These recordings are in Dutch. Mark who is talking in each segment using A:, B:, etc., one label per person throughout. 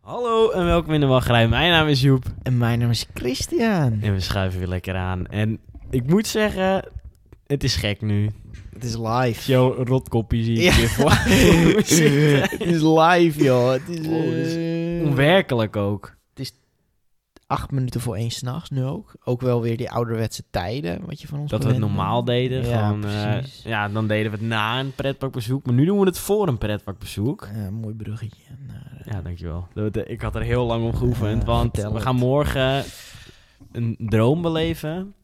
A: Hallo en welkom in de wachtrij. Mijn naam is Joep
B: En mijn naam is Christian.
A: en we schuiven weer lekker aan. En ik moet zeggen, het is gek nu.
B: Het is live.
A: Jouw rotkoppie zie ik
B: Ja.
A: weer voor me zitten.
B: Het is live, joh. Het is,
A: Oh, dit is
B: eh,
A: Onwerkelijk ook.
B: acht minuten voor één s'nachts nu ook. Ook wel weer die ouderwetse tijden, wat je van ons
A: Dat we het
B: gewend
A: normaal
B: bent.
A: deden.
B: Ja,
A: gewoon, eh,
B: precies.
A: ja, dan deden we het na een pretparkbezoek. Maar nu doen we het voor een pretparkbezoek.
B: Eh, mooi bruggetje. naar, eh,
A: Ja, dankjewel. Dat- eh, Ik had er heel lang om geoefend.
B: Ja,
A: want
B: vertel
A: we
B: het.
A: gaan morgen een droom beleven.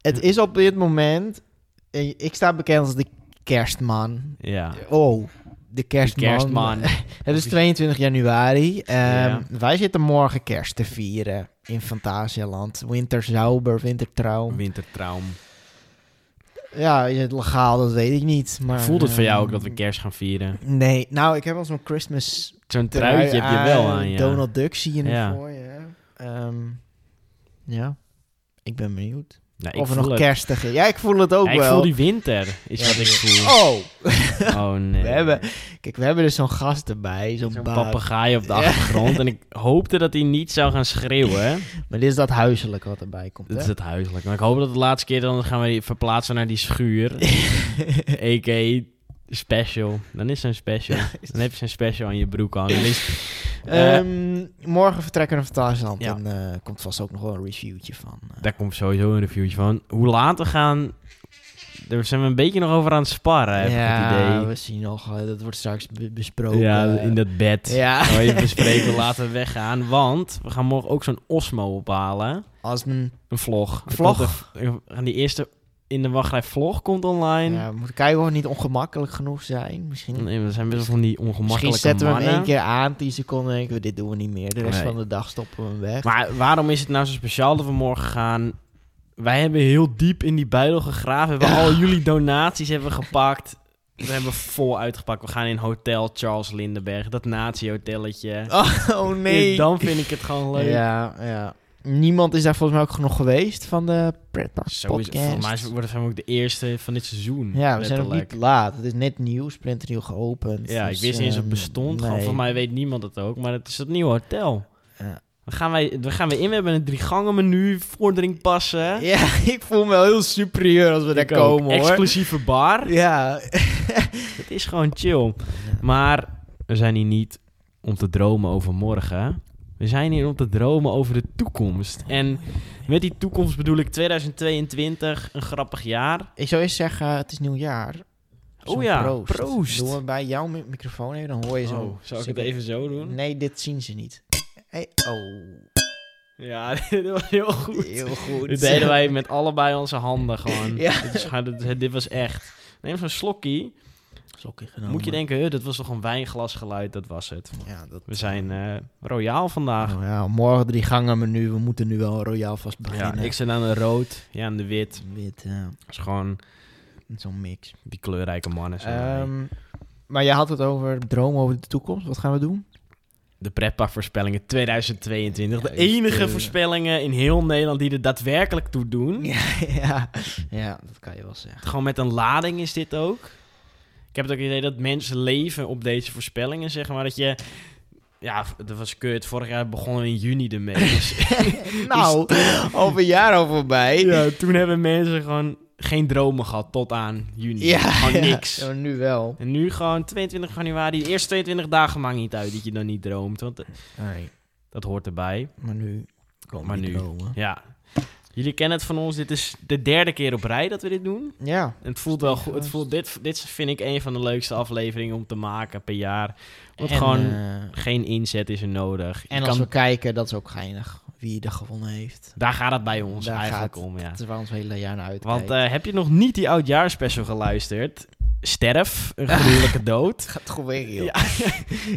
B: Het is op dit moment... eh, Ik sta bekend als de kerstman.
A: Ja.
B: Oh, de
A: De
B: kerstman.
A: kerstman.
B: Het is 22 januari. Ehm,
A: Ja.
B: Wij zitten morgen kerst te vieren in Fantasialand. Winterzauber, wintertraum.
A: Wintertraum.
B: Ja, is het legaal? Dat weet ik niet. Maar,
A: Voelt het voor jou
B: ehm,
A: ook dat we kerst gaan vieren?
B: Nee, nou, ik heb al zo'n Christmas
A: Zo'n truitje heb je wel aan, ja.
B: eh, Donald Duck zie je nu
A: Ja.
B: voor je. hè. Ehm, ja, ik ben benieuwd.
A: Nou, ik
B: of er
A: voel
B: nog
A: het.
B: kerstig is. Ja, ik voel het ook
A: Ja, ik
B: wel.
A: voel die winter, is
B: Ja,
A: wat ik voel.
B: Oh,
A: Oh nee.
B: we hebben, kijk, we hebben dus zo'n gast erbij, zo'n
A: Zo'n
B: baas.
A: papegaai op de
B: Ja.
A: achtergrond. En ik hoopte dat hij niet zou gaan schreeuwen.
B: Maar dit is dat huiselijk wat erbij komt,
A: Dat
B: hè?
A: is het huiselijk. Maar ik hoop dat de laatste keer dan gaan we die verplaatsen naar die schuur. A.k.a. special. Dan is er een special. Dan heb je zo'n special aan je broek hangen. Dan is- Eh,
B: Ehm, morgen vertrekken we naar Fantasialand
A: Ja.
B: en eh, komt vast ook nog wel een reviewtje van. eh.
A: daar komt sowieso een reviewtje van. Hoe laat we gaan... Daar zijn we een beetje nog over aan het sparren, heb ik het
B: ja,
A: idee.
B: we zien nog, eh, dat wordt straks be- besproken.
A: ja, in dat bed.
B: Ja.
A: Gaan we even bespreken, laten we weggaan. Want we gaan morgen ook zo'n Osmo ophalen.
B: Als men...
A: Een vlog. Er
B: Vlog?
A: komt een- we gaan die eerste in de wachtrij vlog komt online.
B: Ja, moet Keijo niet ongemakkelijk genoeg zijn? Misschien
A: Nee, maar dat zijn best wel van die ongemakkelijke
B: Misschien zetten we hem
A: mannen.
B: één keer aan, 10 seconden, en denken we, dit doen we niet meer. De rest
A: Nee.
B: van de dag stoppen we hem weg.
A: Maar waarom is het nou zo speciaal dat we morgen gaan? Wij hebben heel diep in die buidel gegraven. We hebben al jullie donaties hebben we gepakt. We hebben vol uitgepakt. We gaan in Hotel Charles Lindenberg. Dat nazi-hotelletje.
B: oh, nee.
A: Dan vind ik het gewoon leuk.
B: Ja, ja. Niemand is daar volgens mij ook nog geweest van de Pretpark
A: Zo is het.
B: podcast.
A: Volgens mij zijn we- zijn we ook de eerste van dit seizoen.
B: ja, we zijn ook
A: Hm, letterlijk.
B: niet laat. Het is net nieuw, Splinternieuw geopend.
A: Ja, ik
B: dus,
A: wist niet eens dat
B: ehm,
A: het bestond. Van
B: nee.
A: Volgens mij weet niemand het ook, maar het is het nieuwe hotel.
B: Ja.
A: We gaan, wij, we gaan weer in, we hebben een drie gangen menu, vordering passen.
B: Ja, ik voel me wel heel superieur als we daar
A: Ik ook.
B: komen, hoor.
A: Exclusieve bar.
B: Ja.
A: Het is gewoon chill. Maar we zijn hier niet om te dromen over morgen. We zijn hier om te dromen over de toekomst. En met die toekomst bedoel ik 2022, een grappig jaar.
B: Ik zou eerst zeggen, het is nieuwjaar.
A: Oh
B: Zo'n
A: ja,
B: proost.
A: proost.
B: Doen we bij jouw mi- microfoon even, dan hoor je zo.
A: Oh, zou ik het even zo doen?
B: Nee, dit zien ze niet. Hey, oh,
A: Ja, dit was heel goed.
B: heel goed.
A: Dit deden wij met allebei onze handen gewoon.
B: Ja.
A: Dit, is gewoon- dit- dit was echt. Neem zo'n slokkie.
B: Slokje genomen.
A: Moet je denken, "Huh, dat was toch een wijnglasgeluid, dat was het.
B: Ja, dat...
A: We zijn eh, royaal vandaag.
B: Nou ja, morgen drie gangen menu. We moeten nu wel royaal vast
A: Ja,
B: beginnen.
A: ik zit aan de rood, ja aan de wit.
B: Wit, ja.
A: Dat is gewoon
B: Zo'n mix.
A: die kleurrijke mannen. zijn wij.
B: Ehm, maar jij had het over dromen over de toekomst. Wat gaan we doen?
A: de pretparkvoorspellingen 2022. De
B: Ja,
A: enige
B: eh,
A: voorspellingen in heel Nederland die er daadwerkelijk toe doen.
B: Ja, ja. ja, dat kan je wel zeggen.
A: Gewoon met een lading is dit ook. Ik heb het ook het idee dat mensen leven op deze voorspellingen, zeg maar. Dat je... Ja, dat was kut. Vorig jaar begonnen we in juni ermee. Dus,
B: Nou, over een jaar al voorbij.
A: ja, toen hebben mensen gewoon geen dromen gehad tot aan juni. gewoon
B: ja.
A: niks.
B: Ja, maar nu wel.
A: En nu gewoon 22 januari. De eerste 22 dagen maakt niet uit dat je dan niet droomt. Want eh,
B: Nee,
A: dat hoort erbij.
B: maar nu komen
A: Maar
B: die
A: nu.
B: dromen.
A: Ja. Jullie kennen het van ons. Dit is de derde keer op rij dat we dit doen.
B: Ja,
A: En Het voelt wel goed. Het voelt, dit, dit vind ik een van de leukste afleveringen om te maken per jaar. Want
B: en,
A: gewoon
B: eh,
A: geen inzet is er nodig. Je
B: en als
A: kan-
B: we kijken, dat is ook geinig. Wie er gewonnen heeft.
A: Daar gaat het bij ons
B: Daar
A: eigenlijk
B: gaat
A: om. Ja.
B: Dat is waar ons hele jaar naar uitkijkt.
A: Want eh, heb je nog niet die oudjaarspecial geluisterd? Sterf, een gruwelijke dood.
B: gaat goed weg, joh.
A: Ja.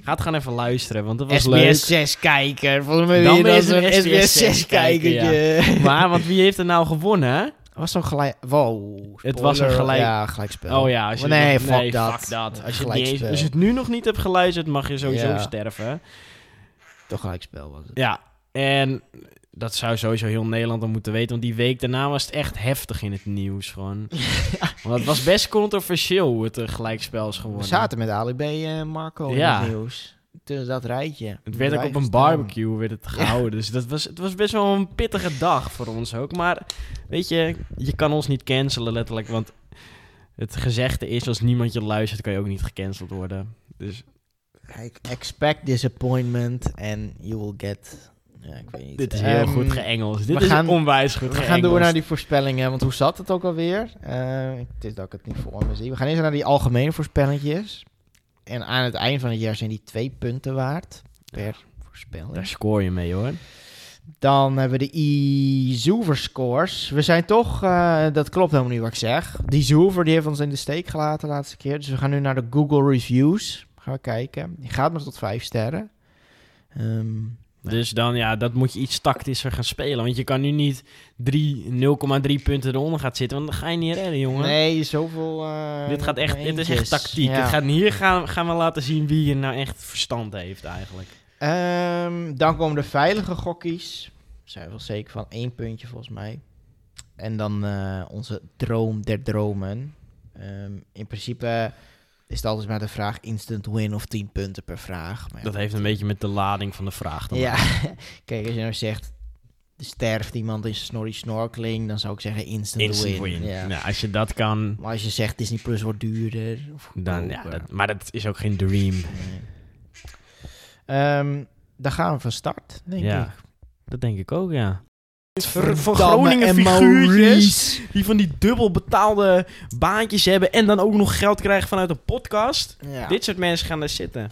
A: Ga het gewoon even luisteren, want het was leuk.
B: SBS 6 kijker. Volgens mij
A: Dan
B: weer
A: ben je
B: dat
A: zo'n
B: een SBS 6 kijkertje.
A: Maar, want wie heeft er nou gewonnen?
B: Was zo'n gelijk. Wow.
A: Het was een gelijk-
B: Ja, gelijkspel.
A: Oh ja, als je
B: nee,
A: dat-
B: fuck dat.
A: Als, je het niet
B: Gelijkspel.
A: eens- als je het nu nog niet hebt geluisterd, mag je sowieso
B: Ja.
A: sterven.
B: Toch gelijkspel was het.
A: Ja, en dat zou sowieso heel Nederland dan moeten weten. Want die week daarna was het echt heftig in het nieuws gewoon. Want het was best controversieel hoe het een gelijkspel is
B: We
A: geworden.
B: zaten met Ali B. en eh, Marco in
A: Ja.
B: het nieuws. tussen dat rijtje.
A: Het werd ook op een
B: Bijgestaan.
A: barbecue werd het gehouden. Dus dat was, het was best wel een pittige dag voor ons ook. Maar weet je, je kan ons niet cancelen letterlijk. Want het gezegde is, als niemand je luistert, kan je ook niet gecanceld worden. Dus
B: Kijk, expect disappointment and you will get... Ja, ik weet niet.
A: dit is heel
B: Ehm,
A: goed geëngeld. Dit
B: we
A: is
B: gaan-
A: onwijs goed
B: We gaan door naar die voorspellingen, want hoe zat het ook alweer? Eh, het is dat ik het niet voor me zie. We gaan eerst naar die algemene voorspelletjes. En aan het eind van het jaar zijn die twee punten waard per
A: Daar
B: voorspelling.
A: scoor je mee hoor.
B: Dan hebben we de Izuver scores. We zijn toch, eh, dat klopt helemaal niet wat ik zeg. Die Izuver die heeft ons in de steek gelaten de laatste keer. Dus we gaan nu naar de Google Reviews. Gaan we kijken. Die gaat maar tot vijf sterren. Ehm,
A: Dus dan, ja, dat moet je iets tactischer gaan spelen. Want je kan nu niet drie- 0,3 punten eronder gaan zitten. Want dan ga je niet redden, jongen.
B: nee, zoveel. eh,
A: Dit, gaat echt, dit is echt
B: eentjes.
A: tactiek.
B: Ja.
A: Dit gaat, hier gaan, gaan we laten zien wie je nou echt verstand heeft eigenlijk.
B: Ehm, dan komen de veilige gokkies. Zijn we wel zeker van één puntje volgens mij. En dan eh, onze droom der dromen. Ehm, in principe is het altijd maar de vraag instant win of 10 punten per vraag. Maar ja.
A: Dat heeft een beetje met de lading van de vraag te maken.
B: Ja, kijk, als je nou zegt, er sterft iemand in snorri snorkeling, dan zou ik zeggen instant,
A: Instant
B: win.
A: win.
B: Ja.
A: Nou, als je dat kan,
B: Maar als je zegt Disney Plus wordt duurder, of
A: dan... Ja,
B: goedkoper.
A: dat, maar dat is ook geen dream.
B: Nee. Ehm, dan gaan we van start, denk
A: Ja.
B: ik.
A: Dat denk ik ook, ja.
B: Verdamme
A: Voor Groningen
B: en
A: figuurtjes
B: Maurice.
A: die van die dubbel betaalde baantjes hebben... en dan ook nog geld krijgen vanuit een podcast.
B: Ja.
A: Dit soort mensen gaan daar zitten.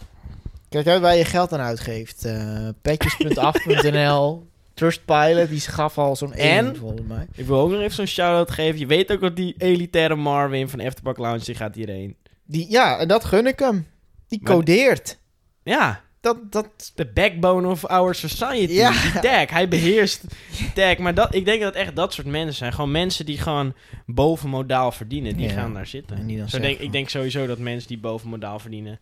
B: Kijk uit waar je geld aan uitgeeft. Eh, Petjes.af.nl Trustpilot, die gaf al zo'n
A: En?
B: 1 volgens mij.
A: Ik wil ook nog even zo'n shout-out geven. Je weet ook dat die elitaire Marvin van Efterbak Lounge, die gaat hierheen.
B: Die, ja, en dat gun ik hem. Die
A: Maar-
B: codeert.
A: Ja,
B: Dat, dat...
A: de backbone of our society.
B: Ja.
A: Die tag, hij beheerst die tag. Maar dat, ik denk dat echt dat soort mensen zijn. Gewoon mensen die gewoon bovenmodaal verdienen. Die
B: Ja.
A: gaan daar zitten.
B: En die dan
A: Zo denk,
B: zeggen-
A: ik denk sowieso dat mensen die bovenmodaal verdienen...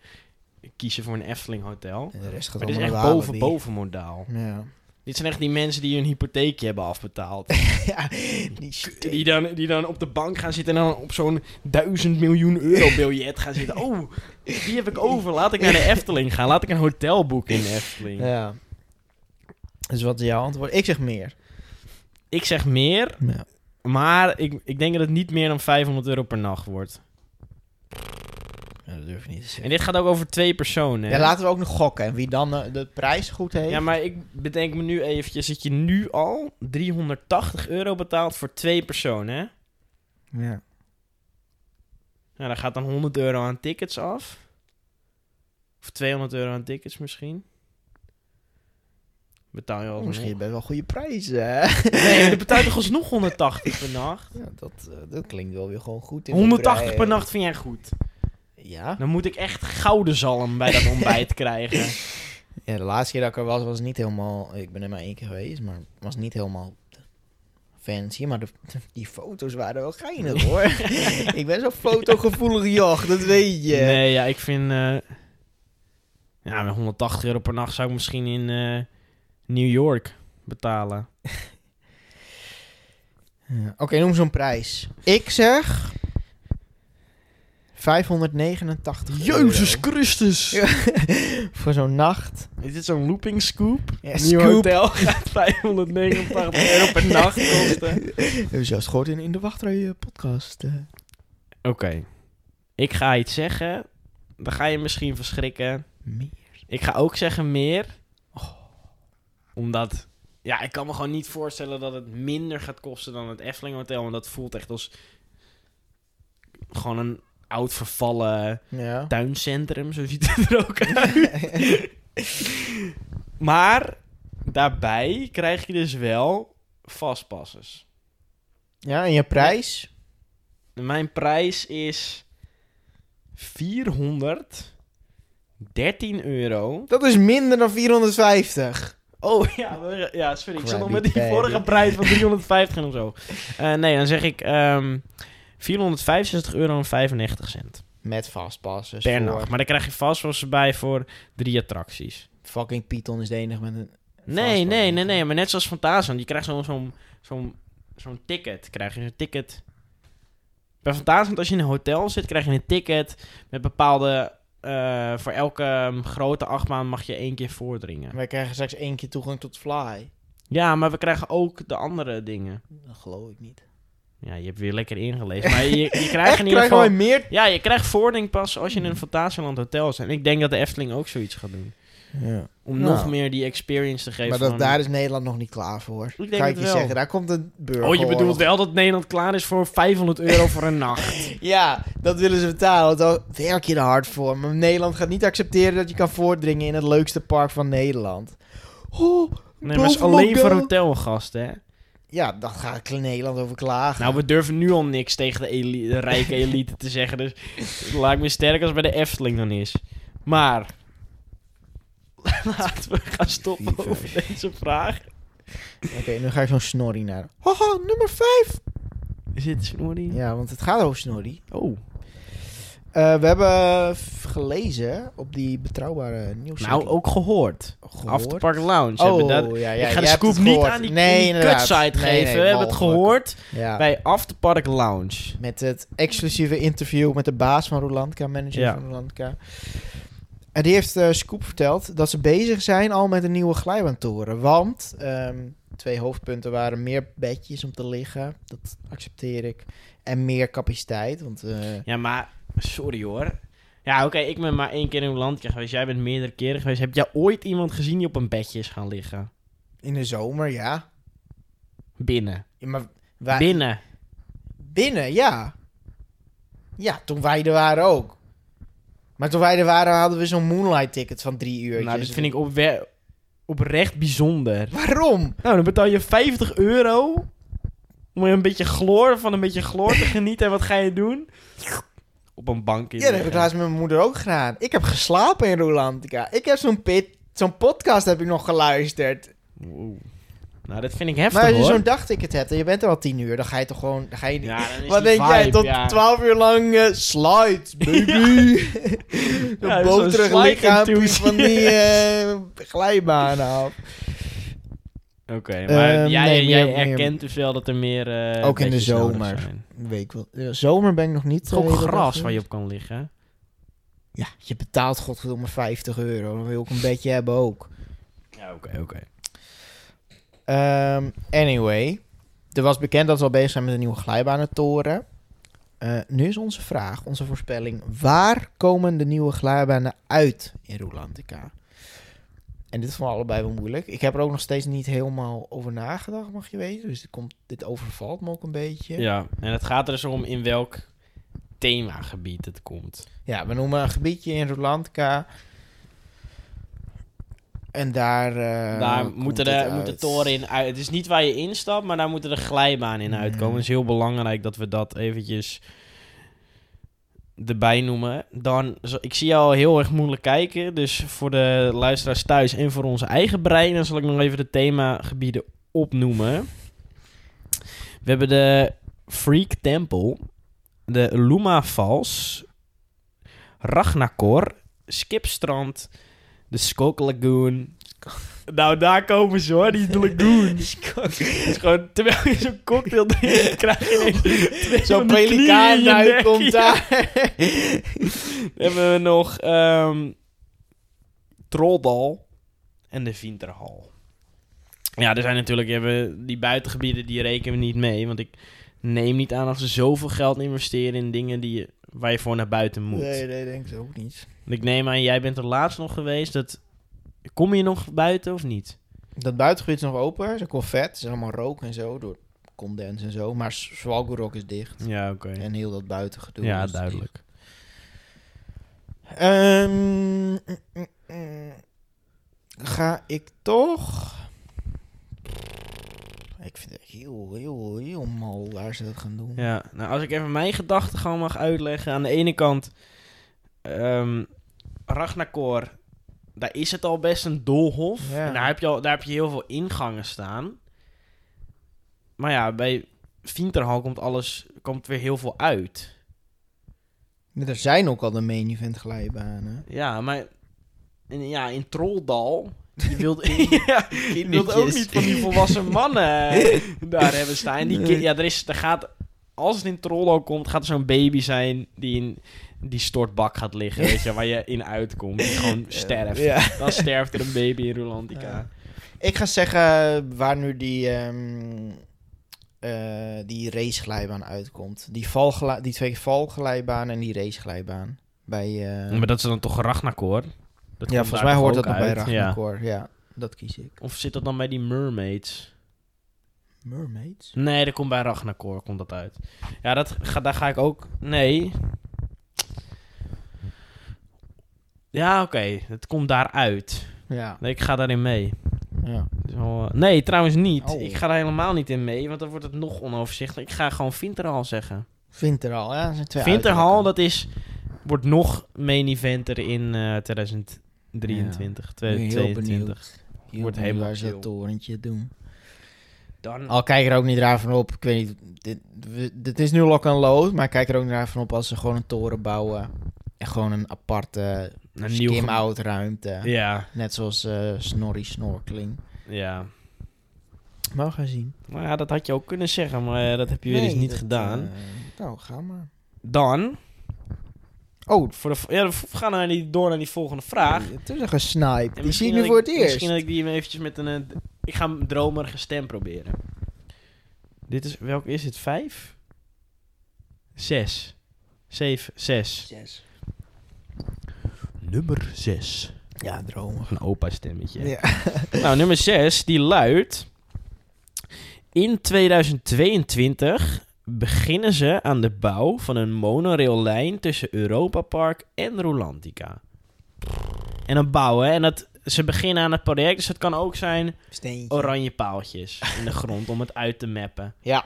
A: kiezen voor een Efteling hotel.
B: En de rest gaat
A: Maar dit is
B: allemaal
A: echt
B: naar de
A: boven,
B: alibi.
A: bovenmodaal.
B: Ja.
A: Dit zijn echt die mensen die hun hypotheekje hebben afbetaald.
B: ja, die shit.
A: Die dan, die dan op de bank gaan zitten en dan op zo'n duizend miljoen euro biljet gaan zitten. Oh, die heb ik over. Laat ik naar de Efteling gaan. Laat ik een hotel boeken in de Efteling.
B: Ja. Dus wat is jouw antwoord? Ik zeg meer.
A: Ik zeg meer,
B: Ja.
A: maar ik, ik denk dat het niet meer dan 500 euro per nacht wordt.
B: dat durf ik niet te
A: En
B: zeggen.
A: dit gaat ook over twee personen. hè?
B: Ja, laten we ook nog gokken. En wie dan eh, de prijs goed heeft.
A: Ja, maar ik bedenk me nu eventjes dat je nu al 380 euro betaalt voor twee personen. hè?
B: Ja.
A: Nou, daar gaat dan 100 euro aan tickets af. Of 200 euro aan tickets misschien. Betaal je al
B: Oh, Misschien
A: Misschien.
B: best wel goede prijzen. hè?
A: Nee, maar je betaalt toch alsnog 180 per nacht?
B: Ja, dat, eh, dat klinkt wel weer gewoon goed. in de
A: 180 per
B: prijs.
A: nacht vind jij goed.
B: Ja.
A: Dan moet ik echt gouden zalm bij dat ontbijt krijgen.
B: Ja, de laatste keer dat ik er was, was niet helemaal... Ik ben er maar één keer geweest, maar was niet helemaal fancy. Maar de, die foto's waren wel geinig, hoor. ik ben zo'n fotogevoelig joch, dat weet je.
A: Nee, ja, ik vind... eh, ja, met 180 euro per nacht zou ik misschien in eh, New York betalen.
B: Ja, Oké, noem zo'n prijs. Ik zeg... 589 euro.
A: Christus!
B: Ja. Voor zo'n nacht.
A: Is dit zo'n looping scoop?
B: Ja,
A: Een nieuw
B: scoop.
A: hotel gaat 589 euro per nacht kosten. Oké.
B: Heb je juist gehoord in, in de wachtrij eh, podcast. eh.
A: Ik ga iets zeggen. Dan ga je misschien verschrikken.
B: meer.
A: Ik ga ook zeggen meer. Oh, Omdat... Ja, ik kan me gewoon niet voorstellen dat het minder gaat kosten dan het Efteling Hotel. Want dat voelt echt als... Gewoon een oud vervallen
B: Ja.
A: tuincentrum. Zo ziet het er ook uit. maar daarbij krijg je dus wel vastpassers.
B: ja, en je prijs?
A: Mijn prijs is 413 euro.
B: Dat is minder dan 450.
A: Oh ja, we- ja sorry. Ik zat nog met die
B: Krabby
A: vorige
B: Patty.
A: prijs van 350 en of zo. Eh, nee, dan zeg ik ehm 465 euro en 95 cent
B: Met vastpassen.
A: per nacht. Maar daar krijg je vast wel eens bij voor drie attracties.
B: Fucking Python is de enige met een...
A: Nee, nee, nee,
B: niet.
A: nee. Maar net zoals Fantasia, je krijgt zo'n zo'n zo'n zo'n ticket. Krijg je een ticket. Bij Fantasia, als je in een hotel zit, krijg je een ticket met bepaalde eh, voor elke ehm, grote achtbaan mag je één keer voordringen.
B: Wij krijgen straks één keer toegang tot Fly.
A: Ja, maar we krijgen ook de andere dingen.
B: Dat geloof ik niet.
A: Ja, je hebt weer lekker ingelezen. Maar je, je krijgt
B: Echt,
A: in ieder
B: krijgen
A: geval...
B: wij meer?
A: Ja, je krijgt voording pas als je in
B: Hmm.
A: een Fantasieland hotel is. En ik denk dat de Efteling ook zoiets gaat doen.
B: Ja.
A: Om
B: Nou.
A: nog meer die experience te geven.
B: Maar dat,
A: van-
B: daar is Nederland nog niet klaar voor.
A: denk
B: Kan ik
A: het
B: je
A: wel.
B: zeggen, daar komt een burger.
A: Oh, je bedoelt wel dat Nederland klaar is voor 500 euro voor een nacht.
B: Ja, dat willen ze betalen. want Daar werk je er hard voor. Maar Nederland gaat niet accepteren dat je kan voordringen in het leukste park van Nederland. Oh,
A: Nee, maar het is
B: boven
A: alleen voor
B: Montbel.
A: hotelgasten, hè?
B: Ja, daar gaat Nederland over klagen.
A: Nou, we durven nu al niks tegen de, eli- de rijke elite te zeggen. Dus laat ik me sterk als bij de Efteling dan is. Maar. Laten we gaan stoppen
B: Vier,
A: over deze vraag.
B: Oké, nu ga ik zo'n snorrie naar. Haha, nummer 5.
A: Is dit Snorri?
B: Ja, want het gaat over snorrie.
A: Oh.
B: Eh, we hebben f- gelezen op die betrouwbare nieuws.
A: Nou, ook gehoord. Afterpark Lounge.
B: Oh,
A: hebben dat...
B: ja, ja,
A: ik ga de
B: jij hebt
A: scoop
B: het
A: niet
B: gehoord.
A: aan die,
B: nee,
A: die
B: inderdaad.
A: kutsite
B: Nee,
A: geven.
B: nee,
A: We hebben het
B: walgelijk.
A: gehoord
B: Ja.
A: bij Afterpark Lounge.
B: Met het exclusieve interview met de baas van Rolandka, manager
A: Ja.
B: van Rolandka. En die heeft eh, Scoop verteld dat ze bezig zijn al met een nieuwe glijbaantoren. Want ehm, twee hoofdpunten waren meer bedjes om te liggen. Dat accepteer ik. En meer capaciteit. Want eh,
A: Ja, maar sorry hoor. Ja, oké, ik ben maar één keer in Hollandia geweest. Jij bent meerdere keren geweest. Heb jij ooit iemand gezien die op een bedje is gaan liggen?
B: in de zomer, ja.
A: Binnen.
B: Ja, maar wij-
A: Binnen.
B: binnen, ja. Ja, toen wij er waren ook. Maar toen wij er waren hadden we zo'n moonlight ticket van drie uur.
A: Nou, dit vind ik opwe- oprecht bijzonder.
B: Waarom?
A: Nou, dan betaal je 50 euro om een beetje chloor, van een beetje chloor te genieten. En wat ga je doen? Op een bank in.
B: Ja, dat heb ik
A: liggen.
B: laatst met mijn moeder ook gedaan. Ik heb geslapen in Rolandica. Ik heb zo'n pit, zo'n podcast heb ik nog geluisterd.
A: Oeh. Nou, dat vind ik heftig
B: maar als je
A: hoor.
B: zo'n dagticket hebt en je bent er al tien uur, dan ga je toch gewoon... Dan ga je...
A: Ja, dan is
B: Wat
A: die
B: denk jij,
A: vibe,
B: tot
A: ja.
B: twaalf uur lang eh, slides, baby. Zo'n
A: Ja, zo'n
B: boterig
A: slide
B: lichaampje van die eh glijbanen af.
A: Oké, maar
B: Ehm,
A: jij,
B: nee,
A: jij
B: meer- meer-
A: herkent dus wel dat er meer. eh,
B: Ook in de
A: bedjes nodig
B: zomer.
A: zijn.
B: Weet wel. eh, Zomer ben ik nog niet.
A: Het is
B: eh,
A: gewoon
B: heel erg
A: gras
B: goed.
A: waar je op kan liggen.
B: Ja, je betaalt godverdomme 50 euro. Dan wil ik een bedje hebben ook.
A: Ja, oké, oké.
B: Ehm, anyway, er was bekend dat we al bezig zijn met een nieuwe glijbanentoren. Eh nu is onze vraag, onze voorspelling. Waar komen de nieuwe glijbanen uit in Rolandica? En dit vond allebei wel moeilijk. Ik heb er ook nog steeds niet helemaal over nagedacht, mag je weten. Dus dit, komt, dit overvalt me ook een beetje.
A: Ja, en het gaat er dus om in welk themagebied het komt.
B: Ja, we noemen een gebiedje in Rolandica. En daar... eh,
A: daar
B: komt
A: moeten
B: dit
A: de, moet de
B: uit.
A: toren in uit. Het is niet waar je instapt, maar daar moeten de glijbanen in
B: Mm.
A: uitkomen. Het is heel belangrijk dat we dat eventjes erbij noemen. Dan, zo- ik zie jou al heel erg moeilijk kijken. Dus voor de luisteraars thuis en voor onze eigen brein... dan zal ik nog even de themagebieden opnoemen. We hebben de Freak Temple... de Luma Falls... Ragnakor... Skipstrand... de Skok Lagoon... Nou, daar komen ze hoor, die lagoon. Het is gewoon, terwijl je zo'n cocktail drinkt, krijg je ineens twee
B: Zo'n
A: van die knieën in
B: pelikaan
A: je nek.
B: uit komt
A: Ja.
B: daar.
A: Dan hebben we nog ehm Troldal en de Vinterhal. Ja, er zijn natuurlijk hebben die buitengebieden, die rekenen we niet mee. Want ik neem niet aan dat ze zoveel geld investeren in dingen die je, waar je voor naar buiten moet.
B: Nee, nee, denk ik ook niet.
A: Want Ik neem aan, jij bent er laatst nog geweest. Dat, kom je nog buiten of niet?
B: Dat buitengebied is nog open. Het is ook wel vet. Het is allemaal rook en zo. Door condens en zo. Maar Swalgorok is dicht.
A: Ja, oké.
B: En heel dat buitengedoe.
A: Ja,
B: is
A: duidelijk.
B: dicht. Ehm, mm, mm, mm. ga ik toch... Ik vind het heel, heel, heel mal waar ze dat gaan doen.
A: Ja, nou als ik even mijn gedachtegang mag uitleggen. Aan de ene kant, ehm Ragnarok, daar is het al best een doolhof.
B: Ja.
A: En daar heb, je al, daar heb je heel veel ingangen staan. Maar ja, bij Vinterhal komt alles, komt weer heel veel uit.
B: Maar Er zijn ook al de main event glijbanen.
A: Ja, maar en, ja, in Troldal, je wilt, ja, je wilt ook
B: Kindertjes.
A: eh, niet van die volwassen mannen daar hebben staan. En die, ki- ja, er, is, er gaat als het in Trollo komt, gaat er zo'n baby zijn die in die stortbak gaat liggen, weet je, waar je in uitkomt. Die gewoon sterft.
B: Ja.
A: Dan sterft er een baby in Rolandica.
B: Ik ga zeggen waar nu die, ehm eh, die raceglijbaan uitkomt. Die, valgla- die twee valglijbaan en die raceglijbaan. Bij, eh,
A: maar dat is dan toch Ragnarok? Dat
B: ja,
A: komt
B: volgens
A: daar
B: mij hoort
A: toch
B: dat nog bij
A: ook uit? Ja.
B: Ragnarok. Ja. dat kies ik.
A: Of zit dat dan bij die mermaids?
B: Mermaids?
A: Nee, dat komt bij Ragnarok, komt dat uit. Ja, dat ga, daar ga ik ook... Nee. Ja, oké. Het komt daaruit.
B: Ja.
A: Nee, ik ga daarin mee.
B: ja.
A: Dat is wel, eh, Nee, trouwens niet.
B: Oh.
A: Ik ga daar helemaal niet in mee, want dan wordt het nog onoverzichtelijk. Ik ga gewoon Vinterhal zeggen.
B: Winterhal, ja. dat zijn twee
A: Vinterhal,
B: uitdrukken.
A: dat is... Wordt nog main eventer in eh, 2023,
B: Ik ben heel
A: 2022.
B: benieuwd. Heel
A: Wordt
B: benieuwd
A: helemaal
B: waar ze
A: chill.
B: dat torentje doen.
A: Dan...
B: Hm. Al kijk er ook niet raar van op. Ik weet niet. Dit, we- dit is nu lock and load. Maar ik kijk er ook niet raar van op als ze gewoon een toren bouwen. En gewoon een aparte
A: Een nieuw
B: skim
A: ge-
B: out ruimte.
A: Ja,
B: Net zoals eh Snorri Snorkeling.
A: ja.
B: Maar we gaan zien.
A: Maar ja, dat had je ook kunnen zeggen, maar eh, dat heb je weer eens niet gedaan.
B: nou, ga maar.
A: Dan,
B: Oh,
A: voor de, vo- ja, we gaan naar die, door naar die volgende vraag. En
B: het is een gesnipt. Die
A: misschien
B: zie je nu
A: dat
B: voor
A: ik-
B: het eerst.
A: Misschien dat ik die hem eventjes met een... eh, d- ik ga hem dromerige stem proberen. Dit is, welk is het? Vijf? Zes. Zeven, zes. Nummer zes.
B: Ja, dromen.
A: Een opa stemmetje.
B: Ja.
A: Nou, nummer 6, die luidt... In 2022 beginnen ze aan de bouw van een monoraillijn tussen Europa Park en Rolantica. En dan bouwen, hè. En dat, ze beginnen aan het project, dus het kan ook zijn
B: Steentje.
A: oranje paaltjes in de grond om het uit te mappen.
B: Ja.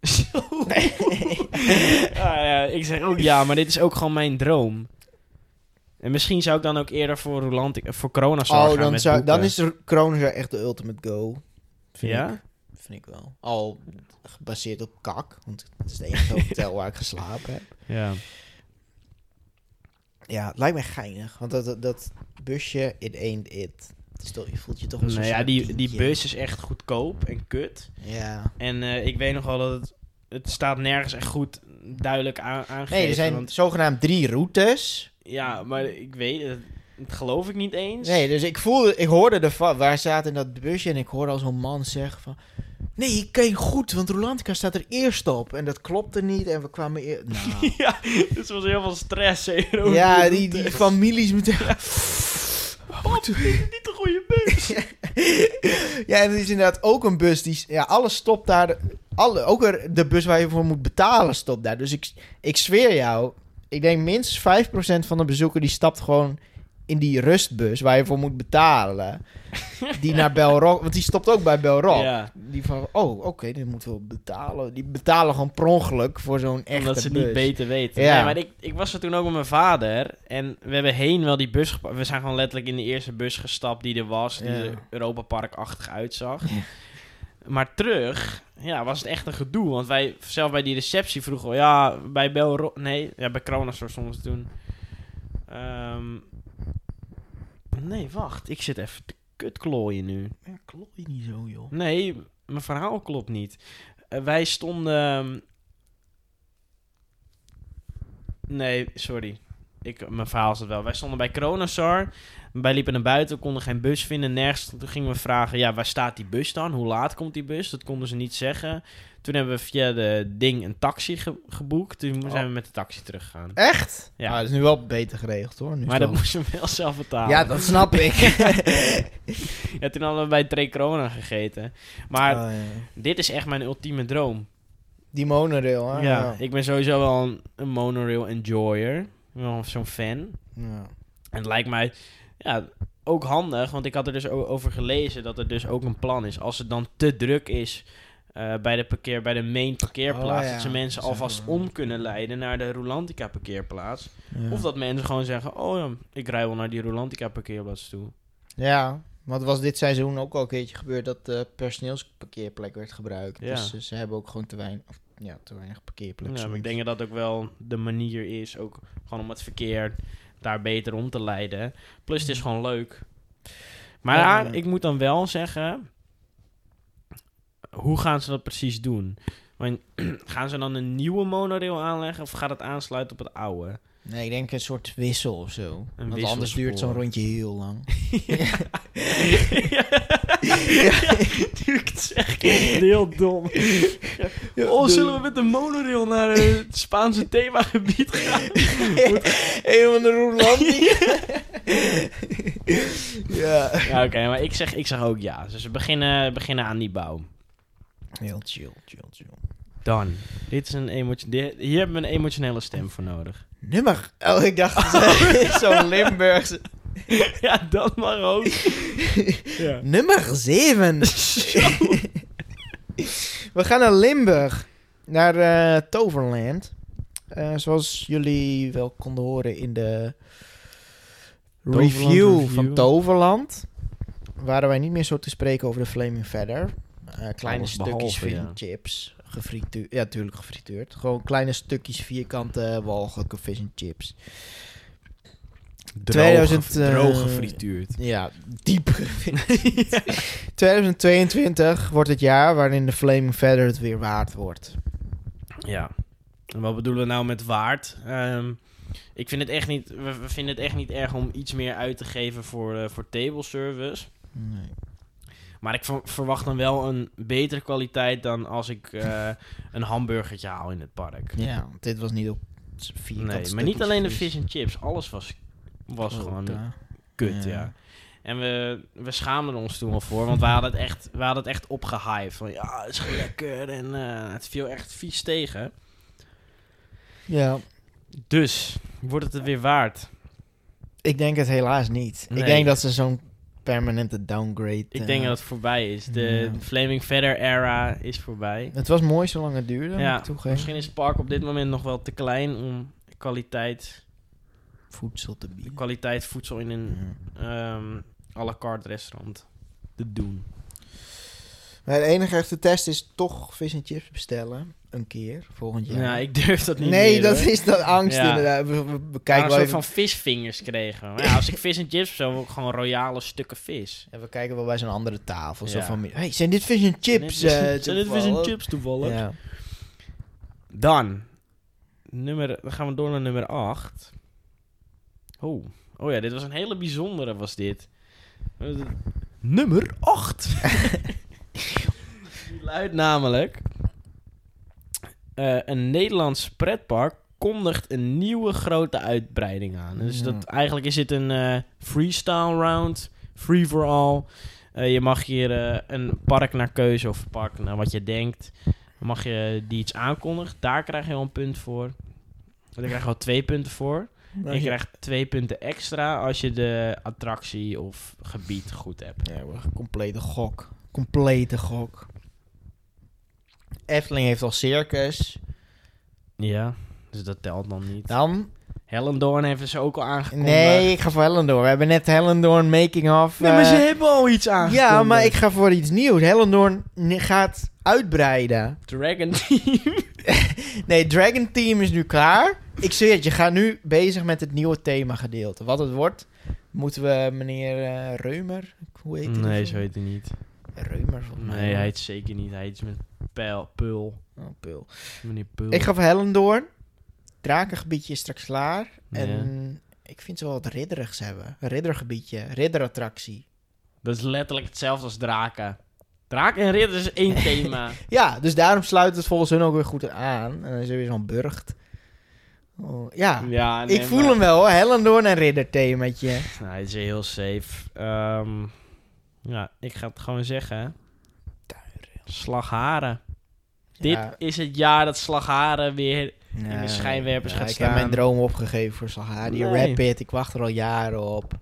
B: Oh,
A: Ah, ja, ik zeg ook ja, maar dit is ook gewoon mijn droom. En misschien zou ik dan ook eerder voor Rolantica, voor Coronazorg
B: Oh,
A: gaan
B: dan,
A: met
B: zou, dan
A: boeken.
B: is de Kronen echt de ultimate go. Vind
A: Ja?
B: ik. Vind ik wel. Al gebaseerd op kak. Want het is de enige hotel waar ik geslapen heb.
A: Ja.
B: Ja, het lijkt mij geinig. Want dat, dat, dat busje, it ain't it. Stel, je voelt je toch als een
A: Nou ja,
B: soort
A: die, die
B: tientje.
A: bus is echt goedkoop en kut.
B: Ja.
A: En eh, ik weet nog wel dat het, het staat nergens echt goed duidelijk aan, aangegeven.
B: Nee, er zijn
A: want-
B: zogenaamd drie routes.
A: ja, maar ik weet het. Dat geloof ik niet eens.
B: Nee, dus ik voelde, ik hoorde ervan, waar zaten in dat busje en ik hoorde al zo'n man zeggen van... Nee, ik keek goed, want Rolantica staat er eerst op. En dat klopte niet en we kwamen eer... Nou.
A: ja, dus er was heel veel stress. hè, over
B: ja, die,
A: route.
B: die families moeten...
A: Pap, dit is niet de goede bus.
B: Ja, en er is inderdaad ook een bus die... Ja, alles stopt daar. Alle, ook er, de bus waar je voor moet betalen stopt daar. Dus ik, ik zweer jou, ik denk minstens 5% van de bezoeker die stapt gewoon in die rustbus waar je voor moet betalen. Die naar Belrock... Want die stopt ook bij Belrock.
A: Ja,
B: Die van, oh, oké, dit moeten we betalen. Die betalen gewoon per ongeluk voor zo'n echte
A: omdat ze het
B: bus.
A: niet beter weten.
B: Ja.
A: Nee, maar ik, ik was er toen ook met mijn vader. En we hebben heen wel die bus gepakt. We zijn gewoon letterlijk in de eerste bus gestapt die er was. Die
B: Ja.
A: er Europa Park-achtig uitzag.
B: Ja.
A: Maar terug, ja, was het echt een gedoe. Want wij, zelf bij die receptie vroegen we, ja, bij Belro... Nee, ja, bij Kronastor soms toen. Ehm, nee, wacht. Ik zit even te kutklooien nu.
B: Ja, klopt niet zo, joh.
A: Nee, mijn verhaal klopt niet. Eh, wij stonden. ehm, Nee, sorry. Ik, mijn verhaal is het wel. Wij stonden bij Kronosar. Wij liepen naar buiten, we konden geen bus vinden, nergens. Toen gingen we vragen, ja, waar staat die bus dan? Hoe laat komt die bus? Dat konden ze niet zeggen. Toen hebben we via de ding een taxi ge- geboekt. Toen
B: Oh.
A: zijn we met de taxi teruggegaan.
B: Echt?
A: Ja.
B: Ja. dat is nu wel beter geregeld, hoor. Nu is
A: Maar
B: het
A: dat
B: wel-
A: moesten we wel zelf betalen.
B: Ja, dat snap ik.
A: Ja, toen hadden we bij Tre Corona gegeten. Maar
B: Oh, ja.
A: dit is echt mijn ultieme droom.
B: Die monorail, hè?
A: Ja, ik ben sowieso wel een, een monorail enjoyer. Ik ben wel zo'n fan. En
B: Ja.
A: het lijkt mij ja, ook handig, want ik had er dus o- over gelezen dat er dus ook een plan is. Als het dan te druk is eh, bij, de parkeer, bij de main parkeerplaats,
B: Oh, ja.
A: dat ze mensen
B: Dat is
A: alvast
B: ook wel-
A: om kunnen leiden naar de Rolantica parkeerplaats.
B: Ja.
A: Of dat mensen gewoon zeggen, oh ja, ik rij wel naar die Rolantica parkeerplaats toe.
B: ja, want was dit seizoen ook al een keertje gebeurd dat de personeelsparkeerplek werd gebruikt.
A: Ja.
B: Dus eh, ze hebben ook gewoon te weinig, of, ja, te weinig parkeerplek.
A: Ja, maar ik
B: soms.
A: denk dat dat ook wel de manier is, ook gewoon om het verkeer daar beter om te leiden. Plus het is gewoon leuk. Maar
B: Ja.
A: ja, ik moet dan wel zeggen, hoe gaan ze dat precies doen? Maar gaan ze dan een nieuwe monorail aanleggen of gaat het aansluiten op het oude?
B: Nee, ik denk een soort wissel of zo. Want anders
A: wisselspoor.
B: duurt zo'n rondje heel lang.
A: ja. het is echt heel dom. oh, zullen we met de monorail naar eh, het Spaanse themagebied gaan?
B: Een van de Roerland. ja.
A: Ja, oké, maar ik zeg, ik zeg ook ja. Dus we beginnen, beginnen aan die bouw.
B: Heel chill, chill, chill.
A: Dan. Dit is een emotio- di- hier hebben we een emotionele stem voor nodig.
B: Nummer. Oh, ik dacht zo'n Limburgse.
A: ja, dat maar ook. ja.
B: Nummer 7. We gaan naar Limburg. Naar eh, Toverland. Eh, zoals jullie wel konden horen in de
A: Toverland
B: review,
A: review.
B: van Toverland. Waren wij niet meer zo te spreken over de Flaming Verder. kleine
A: Alles behalve,
B: stukjes van
A: ja.
B: chips. Gefrituurd. Ja, natuurlijk gefrituurd. Gewoon kleine stukjes vierkante walgelijke fish and chips.
A: Droog,
B: 2000, eh,
A: droog gefrituurd.
B: Ja, diep gefrituurd. 2022 wordt het jaar waarin de Flaming Feather het weer waard wordt.
A: Ja. En wat bedoelen we nou met waard? Ehm, ik vind het echt niet, we, we vinden het echt niet erg om iets meer uit te geven voor, eh, voor table service. Maar ik ver- verwacht dan wel een betere kwaliteit dan als ik eh, een hamburgertje haal in het park.
B: Ja, want dit was niet op vierkant
A: Nee, maar niet alleen de fish and chips. Alles was, was gewoon kut, Oh, ja.
B: Oh, Ja.
A: En we, we schaamden ons toen al voor, want we hadden het echt, we hadden het echt opgehyped. Van ja, het is gewoon lekker en eh, het viel echt vies tegen.
B: Ja,
A: Dus, wordt het het weer waard?
B: ik denk het helaas niet.
A: Nee.
B: Ik denk dat ze zo'n permanente downgrade...
A: Ik
B: eh,
A: denk dat het voorbij is. De
B: Ja.
A: Flaming Feather era is voorbij.
B: Het was mooi zolang het duurde,
A: Ja,
B: ja, toegeven.
A: Misschien is het park op dit moment nog wel te klein om kwaliteit,
B: Voedsel te bieden.
A: kwaliteit voedsel in een ehm à la carte restaurant te doen.
B: Maar de enige echte test is toch vis en chips bestellen. Een keer, volgend
A: Ja,
B: jaar.
A: Nou, ik durf dat niet
B: nee,
A: meer,
B: dat
A: hoor.
B: is dat angst
A: Ja.
B: inderdaad. We, we- we
A: Maar
B: kijken wel
A: een
B: even
A: soort van visvingers kregen. Maar ja, als ik vis en chips zou wil ik gewoon royale stukken vis.
B: En we kijken wel bij zo'n andere tafel. Zo
A: Ja.
B: van, hey, zijn dit fish and chips?
A: Zijn dit-
B: eh,
A: zijn dit vis en
B: toevallig?"
A: chips toevallig?
B: Ja.
A: Dan. Nummer, dan gaan we door naar nummer 8. Oh. oh ja, dit was een hele bijzondere, was dit. Eh, d- Nummer 8. Die luidt namelijk... eh, een Nederlands pretpark kondigt een nieuwe grote uitbreiding aan. Dus dat, eigenlijk is dit een eh, freestyle round, free for all. Eh, je mag hier eh, een park naar keuze of park naar wat je denkt mag je die iets aankondigen. Daar krijg je al een punt voor. Daar krijg je al twee punten voor. En Nou, je krijgt twee punten extra als je de attractie of gebied goed hebt.
B: Ja, maar een complete gok. Complete gok. Efteling heeft al circus.
A: Ja, dus dat telt dan niet.
B: Dan?
A: Hellendoorn heeft ze ook al aangekondigd.
B: Nee, ik ga voor Hellendoorn. We hebben net Hellendoorn making of.
A: eh. Nee, maar ze
B: eh,
A: hebben al iets aangekondigd.
B: ja, maar ik ga voor iets nieuws. Hellendoorn ne- gaat uitbreiden.
A: Dragon Team.
B: Nee, Dragon Team is nu klaar. Ik zie het, je gaat nu bezig met het nieuwe themagedeelte. Wat het wordt, moeten we meneer eh, Reumer, hoe heet hij?
A: Nee,
B: of
A: zo heet hij niet.
B: Reumer volgens mij.
A: Nee, hij heet zeker niet. Hij heet iets met Pijl, Pul.
B: Oh, pul.
A: Meneer Pul.
B: Ik ga voor Hellendoorn. Drakengebiedje is straks klaar.
A: Ja.
B: En ik vind ze wel wat ridderigs hebben. Een Riddergebiedje, ridderattractie.
A: Dat is letterlijk hetzelfde als draken. Draken en ridders is één thema.
B: Ja, dus daarom sluit het volgens hun ook weer goed aan. En dan is er weer zo'n burcht. Oh, ja,
A: ja, nee,
B: ik voel
A: maar-
B: hem wel. hoor. Hellendoorn en ridderthemaatje.
A: Nou, hij is heel safe. Ehm, ja, ik ga het gewoon zeggen. Slagharen.
B: Ja.
A: Dit is het jaar dat slagharen weer...
B: Nee,
A: schijnwerpers gaat
B: ik
A: staan.
B: heb mijn droom opgegeven voor Salhari.
A: Nee.
B: Rapid, ik wacht er al jaren op.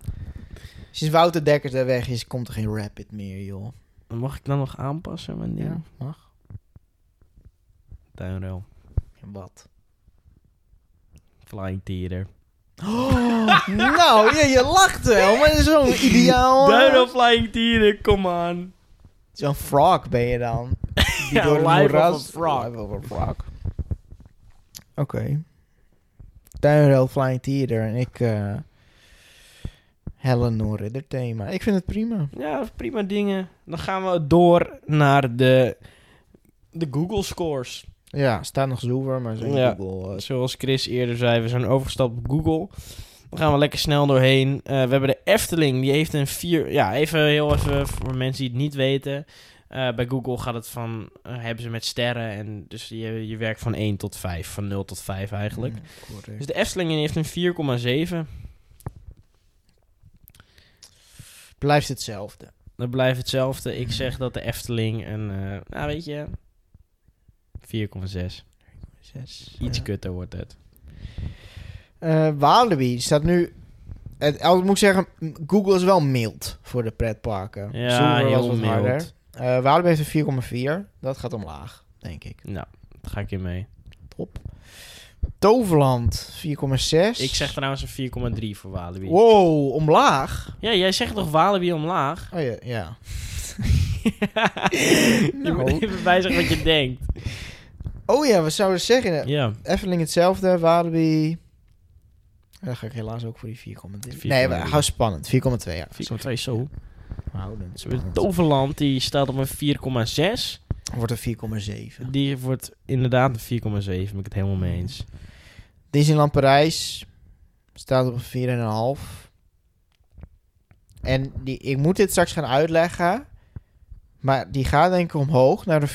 B: Sinds Wouter Dekkers daar weg is, komt er geen Rapid meer, joh.
A: Mag ik dan nog aanpassen wanneer? Ja.
B: mag.
A: Tuinruil.
B: Wat?
A: Flying Theater.
B: nou, je, je lacht wel, maar dat is zo'n ideaal... eh,
A: Duinruil Flying Theater, kom aan.
B: Zo'n frog ben je dan. Die
A: Ja,
B: door de
A: live of
B: moeras...
A: a frog.
B: Live of a frog. Oké. Tuinrail Flying Theater en ik... eh Helen Noor Ridder thema. Ik vind het prima.
A: Ja, prima dingen. Dan gaan we door naar de de Google scores.
B: Ja, staat nog Zoover, maar zo'n
A: Ja.
B: Google... eh,
A: Zoals Chris eerder zei, we zijn overgestapt op Google. Dan gaan we lekker snel doorheen. Eh, we hebben de Efteling, die heeft een vier... Ja, even heel even voor mensen die het niet weten. Eh, bij Google gaat het van... eh, hebben ze met sterren en dus je, je werkt van 1 tot 5. Van 0 tot 5 eigenlijk.
B: mm, correct.
A: Dus de Efteling die heeft een 4,7.
B: Blijft hetzelfde.
A: Dat blijft hetzelfde.
B: Mm.
A: Ik zeg dat de Efteling een... eh, nou, weet je... 4,6.
B: Zes.
A: Iets
B: Ja.
A: kutter wordt het.
B: Eh, Walibi staat nu... Het, al moet ik zeggen, m- Google is wel mild voor de pretparken.
A: Ja,
B: Zoover
A: heel
B: was wat
A: mild.
B: harder. Eh, Walibi heeft een 4,4. Dat gaat omlaag, denk ik.
A: Nou, daar ga ik in mee.
B: Top. Toverland, 4,6.
A: Ik zeg trouwens een 4,3 voor Walibi.
B: Wow, omlaag?
A: Ja, jij zegt toch Walibi omlaag?
B: Oh ja, ja.
A: je
B: Nou.
A: moet even bijzeggen wat je denkt.
B: Oh ja, wat zouden we zeggen?
A: Ja,
B: Efteling hetzelfde, Walibi... Daar ga ik helaas ook voor die 4,3. Nee, maar
A: 4,3.
B: hou spannend. 4,2, ja.
A: 4,2 zo.
B: Houdend.
A: Toverland die staat op een 4,6.
B: Wordt een 4,7.
A: Die wordt inderdaad een 4,7, ben ik het helemaal mee eens.
B: Disneyland Parijs staat op een 4,5. En die, ik moet dit straks gaan uitleggen. Maar die gaat denk ik omhoog naar de 4,7.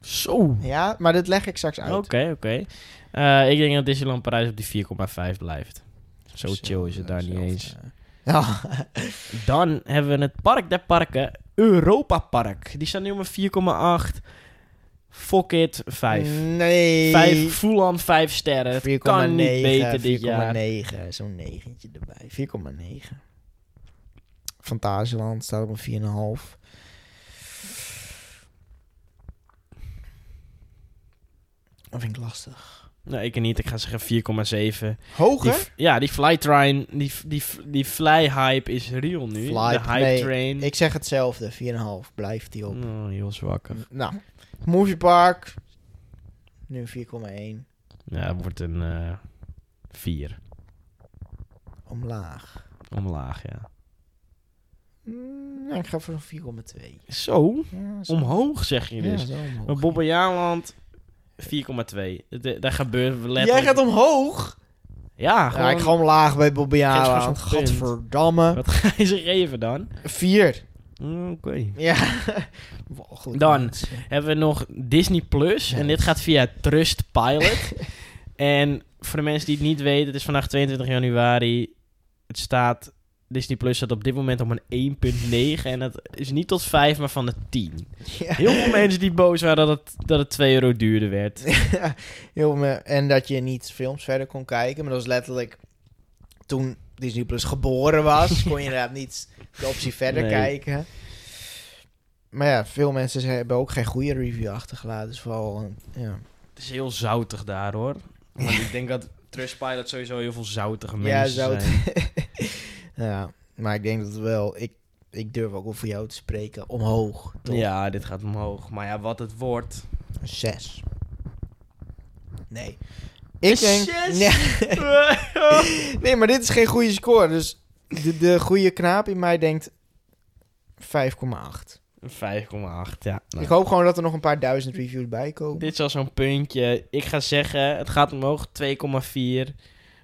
A: Zo. Oké,
B: Ja, maar dit leg ik straks uit.
A: oké. Eh, ik denk dat Disneyland Parijs op die 4,5 blijft. Zo chill is het daar niet
B: Hetzelfde.
A: eens.
B: Ja,
A: Dan hebben we het park der parken, Europa Park. Die staat nu op een 4,8. Fuck it, 5.
B: Nee.
A: 5, full on 5 sterren. Eh, Het
B: 4,9.
A: kan niet beter dit jaar.
B: 4,9. Zo'n negentje erbij. 4,9. Fantasieland staat op een 4,5. Dat vind ik lastig.
A: Nee, ik niet. Ik ga zeggen 4,7. Die
B: Hoger?
A: f- Ja, die flytrain, die, f- die, f- die fly-hype is real nu.
B: Fly-
A: de hype
B: nee,
A: train.
B: Ik zeg hetzelfde. 4,5. Blijft die op.
A: Oh, heel zwakker.
B: Nou. Movie Park. Nu 4,1.
A: Ja, het wordt een eh 4.
B: Omlaag.
A: Omlaag, ja.
B: Mm, nou, ik ga voor een 4,2.
A: Zo,
B: Ja, zo-
A: omhoog zeg je
B: Ja,
A: dus.
B: zo omhoog.
A: Maar Bobbejaanland, 4,2. De- Daar gebeurt letterlijk...
B: Jij gaat omhoog?
A: Ja,
B: Ja,
A: gewoon...
B: ik ga omlaag bij
A: Geef
B: Bobbejaanland.
A: eens voor zo'n punt.
B: Gadverdamme.
A: Wat ga je ze geven dan?
B: Vier.
A: Mm, Oké.
B: Ja. Walgelijk
A: Dan.
B: mensen.
A: hebben we nog Disney Plus. En dit gaat via Trustpilot. en voor de mensen die het niet weten, het is vandaag 22 januari. Het staat. Disney Plus staat op dit moment op een 1.9. En dat is niet tot 5, maar van de 10.
B: Ja.
A: Heel veel mensen die boos waren dat het, dat het 2 euro duurder werd.
B: Heel me- en dat je niet films verder kon kijken. Maar dat was letterlijk... Toen Disney Plus geboren was... kon je inderdaad niet de optie verder
A: Nee.
B: kijken. Maar ja, veel mensen ze- hebben ook geen goede review achtergelaten. Dus vooral... een- Ja,
A: Het is heel zoutig daar hoor. Want ik denk dat Trustpilot sowieso heel veel zoutige mensen
B: ja zout.
A: zijn.
B: ja, maar ik denk dat wel... Ik, ik durf ook wel voor jou te spreken. Omhoog. toch?
A: Ja, dit gaat omhoog. Maar ja, wat het wordt.
B: Een zes. Nee.
A: Een
B: Ik denk...
A: zes?
B: Nee, nee, maar dit is geen goede score. Dus de, de goede knaap in mij denkt 5,8.
A: 5,8. Ja. Nou.
B: Ik hoop gewoon dat er nog een paar duizend reviews bij komen.
A: Dit is al zo'n puntje. Ik ga zeggen, het gaat omhoog 2,4.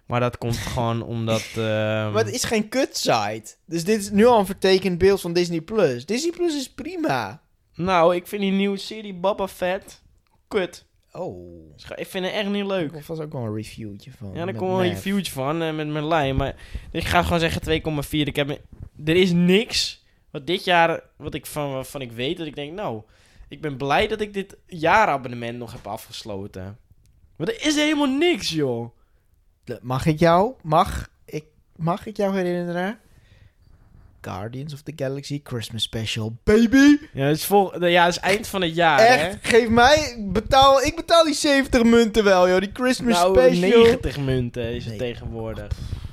A: Maar dat komt gewoon omdat... ehm,
B: Maar het is geen kutsite. Dus dit is nu al een vertekend beeld van Disney+. Plus. Disney+, Plus is prima.
A: Nou, ik vind die nieuwe serie Boba Fett kut.
B: Oh.
A: Scha- Ik vind het echt niet leuk.
B: Of was ook wel een reviewtje van.
A: Ja, daar
B: Oh, met
A: komt wel een
B: Mav.
A: reviewtje van eh, met Merlijn. Maar ik ga gewoon zeggen 2,4. Ik heb... me- Er is niks wat dit jaar, wat ik van, waarvan ik weet dat ik denk, nou, ik ben blij dat ik dit jaarabonnement nog heb afgesloten. Want er is helemaal niks, joh.
B: Mag ik jou? Mag ik, mag ik jou herinneren? Guardians of the Galaxy Christmas Special, baby!
A: Ja, het is, vol- ja, het is eind van het jaar, hè?
B: Echt, geef mij, betaal, ik betaal die 70 munten wel, joh. Die Christmas
A: Nou,
B: special.
A: 90 munten is het
B: Nee.
A: tegenwoordig.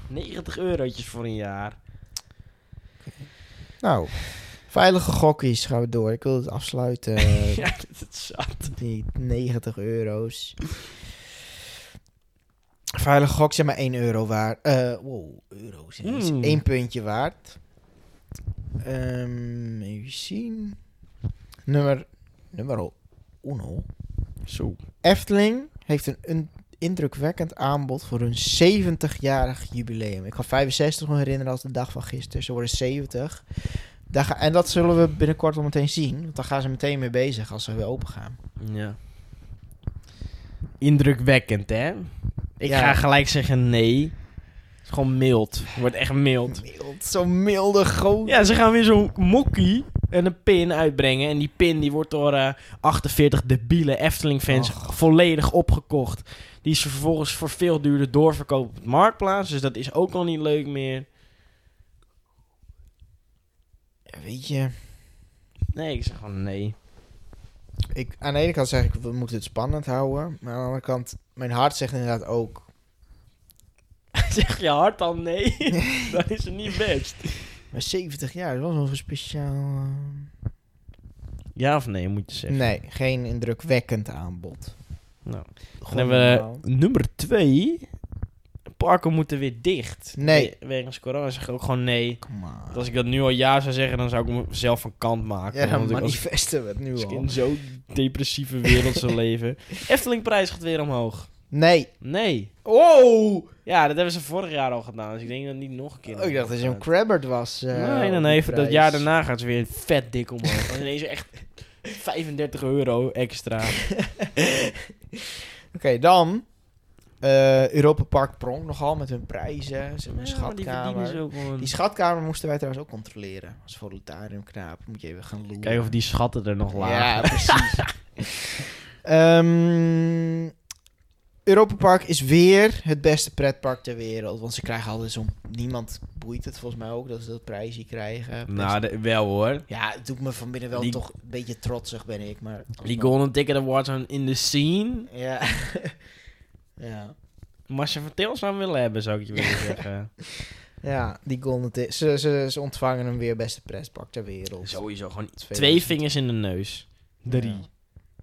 A: 90 eurotjes voor een jaar.
B: Nou, veilige gokkies gaan we door. Ik wil het afsluiten. eh,
A: ja, dat is zat.
B: Die 90 euro's. Veilige gok zijn maar 1 euro waard. Eh wow, euro's. hè. Dat is
A: Mm.
B: één puntje waard. Eh, Ehm even zien. Nummer, nummer uno.
A: Zo.
B: Efteling heeft een, een indrukwekkend aanbod voor hun 70-jarig jubileum. Ik ga 65 nog herinneren als de dag van gisteren. Ze worden 70. Daar ga- en dat zullen we binnenkort al meteen zien. Want daar gaan ze meteen mee bezig als ze weer open gaan.
A: Ja. Indrukwekkend, hè? Ik
B: Ja.
A: ga gelijk zeggen nee. Het is gewoon mild. Het wordt echt mild.
B: Mild, zo'n milde goot.
A: Ja, ze gaan weer zo'n mokkie en een pin uitbrengen. En die pin die wordt door eh, 48 debiele Efteling-fans volledig opgekocht. Die is vervolgens voor veel duurder doorverkopen op het marktplaats. Dus dat is ook al niet leuk meer.
B: Ja, weet je,
A: Nee, ik zeg gewoon nee.
B: ik, aan de ene kant zeg ik, we moeten het spannend houden. Maar aan de andere kant, mijn hart zegt inderdaad ook...
A: zeg je hard dan nee? dan is het niet best.
B: Maar 70 jaar, dat was wel een speciaal... eh,
A: Ja of nee, moet je zeggen.
B: Nee, geen indrukwekkend aanbod.
A: Nou, Dan
B: Gewoon
A: hebben we
B: normaal.
A: nummer 2. Parken moeten weer dicht.
B: Nee.
A: We- Wegens corona zeg ik ook gewoon nee.
B: Kom maar.
A: Want Als ik dat nu al ja zou zeggen, dan zou ik mezelf van kant maken.
B: Ja,
A: want ik, als, ik-
B: manifesten we het nu
A: als ik
B: al.
A: in zo'n depressieve wereld zou leven. Eftelingprijs gaat weer omhoog.
B: Nee.
A: Nee.
B: Oh!
A: Ja, dat hebben ze vorig jaar al gedaan. Dus ik denk dat het niet nog een keer
B: ik dacht dat
A: omhoog
B: je een
A: gaat.
B: Crabbert was. eh,
A: nee, nee,
B: op
A: nee.
B: die
A: voor
B: prijs.
A: Dat jaar daarna gaat ze weer vet dik omhoog. Dat is ineens echt 35 euro extra.
B: Oké, dan. eh, Europa Park Prong nogal met hun prijzen. Ze hebben een
A: Ja, maar die
B: schatkamer.
A: verdienen
B: Die,
A: ze ook gewoon.
B: schatkamer moesten wij trouwens ook controleren. Als voluntarium knaap. Moet je even gaan loeren.
A: Kijk of die schatten er nog laag.
B: Ja, precies. Ehm, Europa Park is weer het beste pretpark ter wereld. Want ze krijgen altijd zo'n... Niemand boeit het volgens mij ook dat ze dat prijsje krijgen.
A: Nou, de- wel hoor.
B: Ja, het doet me van binnen wel
A: Die-
B: toch een beetje trotsig ben ik, maar...
A: Die Golden Ticket Awards zijn in de scene.
B: Ja. ja.
A: Marcia van Til zou hem nou willen hebben, zou ik je willen zeggen.
B: Ja, die golden ti- Ze, ze, ze ontvangen hem weer beste pretpark ter wereld.
A: Sowieso gewoon twee
B: 2000.
A: vingers in de neus. Drie.
B: Ja.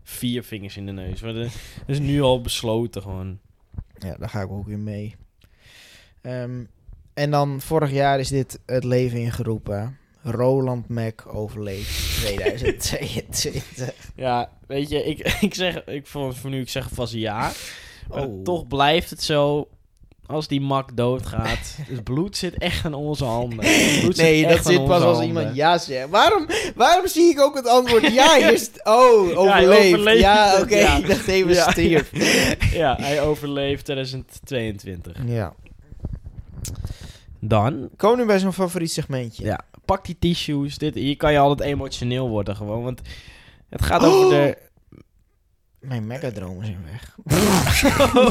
A: Vier vingers in de neus. Maar dat dat is nu al besloten gewoon.
B: Ja, daar ga ik ook weer mee. Ehm, en dan vorig jaar is dit het leven ingeroepen. Roland Mac overleed 2022.
A: Ja, weet je, ik, ik zeg, ik, voor, voor nu, ik zeg vast ja. Maar
B: Oh.
A: toch blijft het zo, als die mak doodgaat. dus bloed zit echt aan onze handen. Bloed
B: nee,
A: echt
B: dat
A: aan
B: zit pas
A: onze
B: als
A: handen.
B: iemand ja zegt. Waarom, waarom zie ik ook het antwoord ja? Hier is het- oh, overleefd.
A: overleefde
B: Ja,
A: het,
B: oké,
A: ja.
B: ik dacht even
A: Ja.
B: stierf.
A: Ja, hij overleeft 2022.
B: Ja.
A: Dan
B: Komen nu bij zo'n favoriet segmentje.
A: Ja, pak die tissues. Dit, hier kan je altijd emotioneel worden gewoon. Want het gaat over de...
B: Mijn megadromen zijn weg.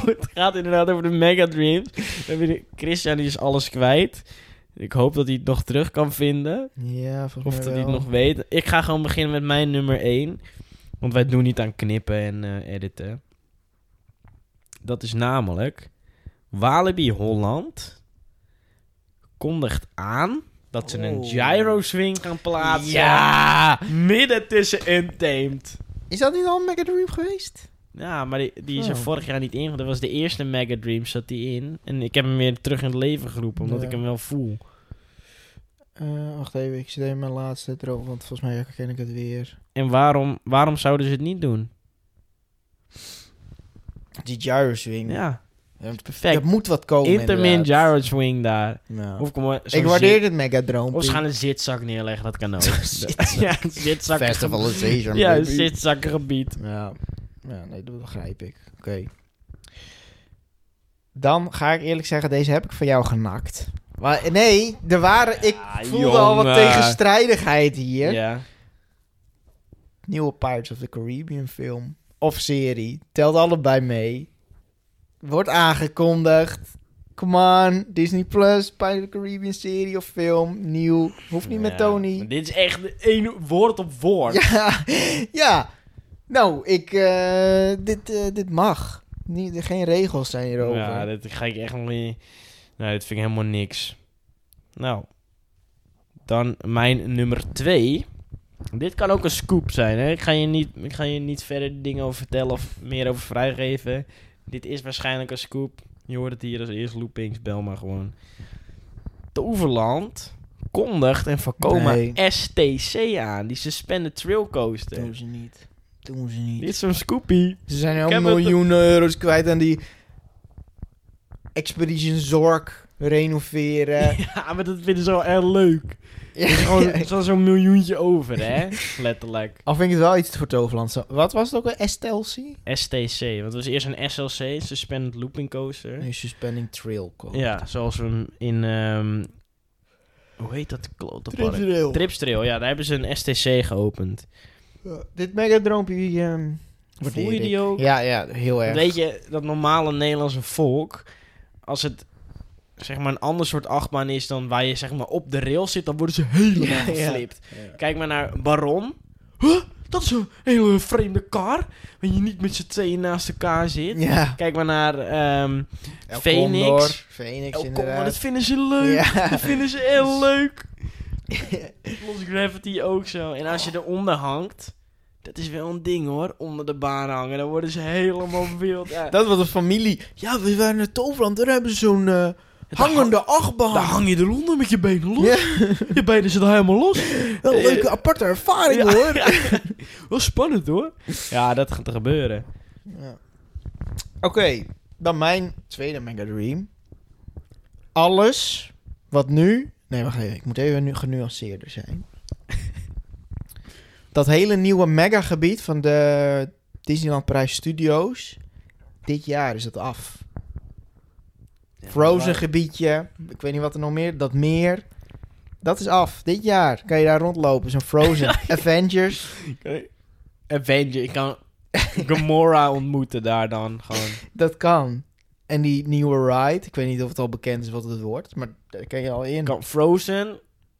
A: het gaat inderdaad over de mega dreams. We hebben de- Christian die is alles kwijt. Ik hoop dat hij het nog terug kan vinden.
B: Ja, volgens
A: Of dat
B: mij
A: hij het
B: wel.
A: nog weet. Ik ga gewoon beginnen met mijn nummer 1. Want wij doen niet aan knippen en eh, editen. Dat is namelijk... Walibi Holland kondigt aan dat ze een
B: Oh.
A: gyro-swing gaan plaatsen.
B: Ja!
A: Midden tussen Untamed.
B: Is dat niet al een megadream geweest?
A: Ja, maar die, die is er
B: Oh.
A: vorig jaar niet in. want Dat was de eerste Mega Dream zat die in. En ik heb hem weer terug in het leven geroepen, omdat
B: Ja.
A: ik hem wel voel.
B: Eh, wacht even, ik zit even mijn laatste droom, want volgens mij herken ik het weer.
A: En waarom, waarom zouden ze het niet doen?
B: Die gyroswing.
A: Ja,
B: Ja,
A: perfect.
B: dat moet wat komen
A: Intermin
B: inderdaad.
A: gyro swing daar.
B: Ja.
A: Of kom maar, eh, zo'n
B: Ik waardeer
A: zit-
B: het megadroom.
A: Of ze gaan een zitzak neerleggen, dat kan ook.
B: Zitzak.
A: ja, een zitzak.
B: Festivalization,
A: Ja, een
B: baby.
A: zitzakgebied.
B: Ja. ja, nee, dat begrijp ik. Oké. Dan ga ik eerlijk zeggen, deze heb ik van jou genakt. Maar nee, er waren, ik
A: Ja,
B: voelde al wat
A: jongen.
B: tegenstrijdigheid hier.
A: Ja.
B: nieuwe Pirates of the Caribbean film of serie. Telt allebei mee. Wordt aangekondigd. Come on, Disney Plus, Pirates of the Caribbean serie of film, nieuw. Hoeft niet
A: Ja,
B: met
A: maar
B: Tony.
A: Dit is echt één woord op woord.
B: Ja, ja. Nou, ik, eh, dit, eh, dit mag. Nie- geen regels zijn hierover.
A: Ja, dat ga ik echt nog niet. Nee, dat vind ik helemaal niks. Nou, dan mijn nummer twee. Dit kan ook een scoop zijn, hè? Ik ga je niet, ik ga je niet verder dingen over vertellen of meer over vrijgeven. Dit is waarschijnlijk een scoop. Je hoort het hier als eerst loopings, bel maar gewoon. Toverland verkondigt en Vacoma
B: Nee. Oh,
A: STC aan. Die Suspended Trail Coaster.
B: Doen ze niet. Doen ze niet.
A: Dit is zo'n Scoopy.
B: Ze zijn
A: Ik
B: al
A: heb het-
B: miljoenen euro's kwijt aan die Expedition Zorg renoveren.
A: Ja, maar dat vinden ze wel erg leuk.
B: Ja,
A: Er is gewoon
B: ja.
A: er is wel zo'n miljoentje over, hè? Letterlijk.
B: Al vind ik het wel iets voor Toverland. Zo- Wat was het ook een STLC?
A: STC, want het was eerst een SLC, Suspended Looping Coaster.
B: Nee, Suspending Trail Code.
A: Ja, zoals we in... ehm, hoe heet dat klote park? Tripstrail, ja, daar hebben ze een STC geopend.
B: Ja, dit megadroompje die, ehm,
A: Voel
B: waardeer
A: je
B: ik.
A: die ook?
B: Ja, ja, heel erg.
A: Weet je, dat normale Nederlandse volk, als het zeg maar een ander soort achtbaan is dan waar je zeg maar op de rails zit, dan worden ze helemaal
B: Ja, ja.
A: geflipt. Kijk maar naar Baron. Huh? Dat is een hele vreemde kar, waar je niet met z'n tweeën naast elkaar zit.
B: Ja.
A: Kijk maar naar ehm
B: El
A: Phoenix.
B: Condor, Phoenix
A: El Combo,
B: inderdaad.
A: dat vinden ze leuk.
B: Ja.
A: Dat vinden ze heel leuk. Lost Gravity ook zo. En als je eronder hangt, dat is wel een ding hoor, onder de baan hangen. Dan worden ze helemaal wild. Ja.
B: Dat was een familie. Ja, we waren naar Toverland. Daar hebben ze zo'n eh, hangende achtbaan.
A: Daar hang je de londen met je benen los.
B: Ja.
A: Je benen zitten helemaal los.
B: Wel een
A: Eh,
B: leuke aparte ervaring
A: Ja.
B: hoor.
A: Wel spannend hoor. Ja, dat gaat er gebeuren.
B: Ja. Oké, dan mijn tweede Mega Dream. Alles wat nu. Nee, wacht even. Ik moet even nu genuanceerder zijn. dat hele nieuwe megagebied van de Disneyland Parijs Studios. Dit jaar is het af. Frozen gebiedje. Ik weet niet wat er nog meer. Dat meer. Dat is af. Dit jaar kan je daar rondlopen. Zo'n Frozen Avengers.
A: Avenger, ik kan Gamora ontmoeten daar dan gewoon.
B: Dat kan. En die nieuwe ride. Ik weet niet of het al bekend is wat het wordt. Maar daar kan je al in.
A: Kan Frozen,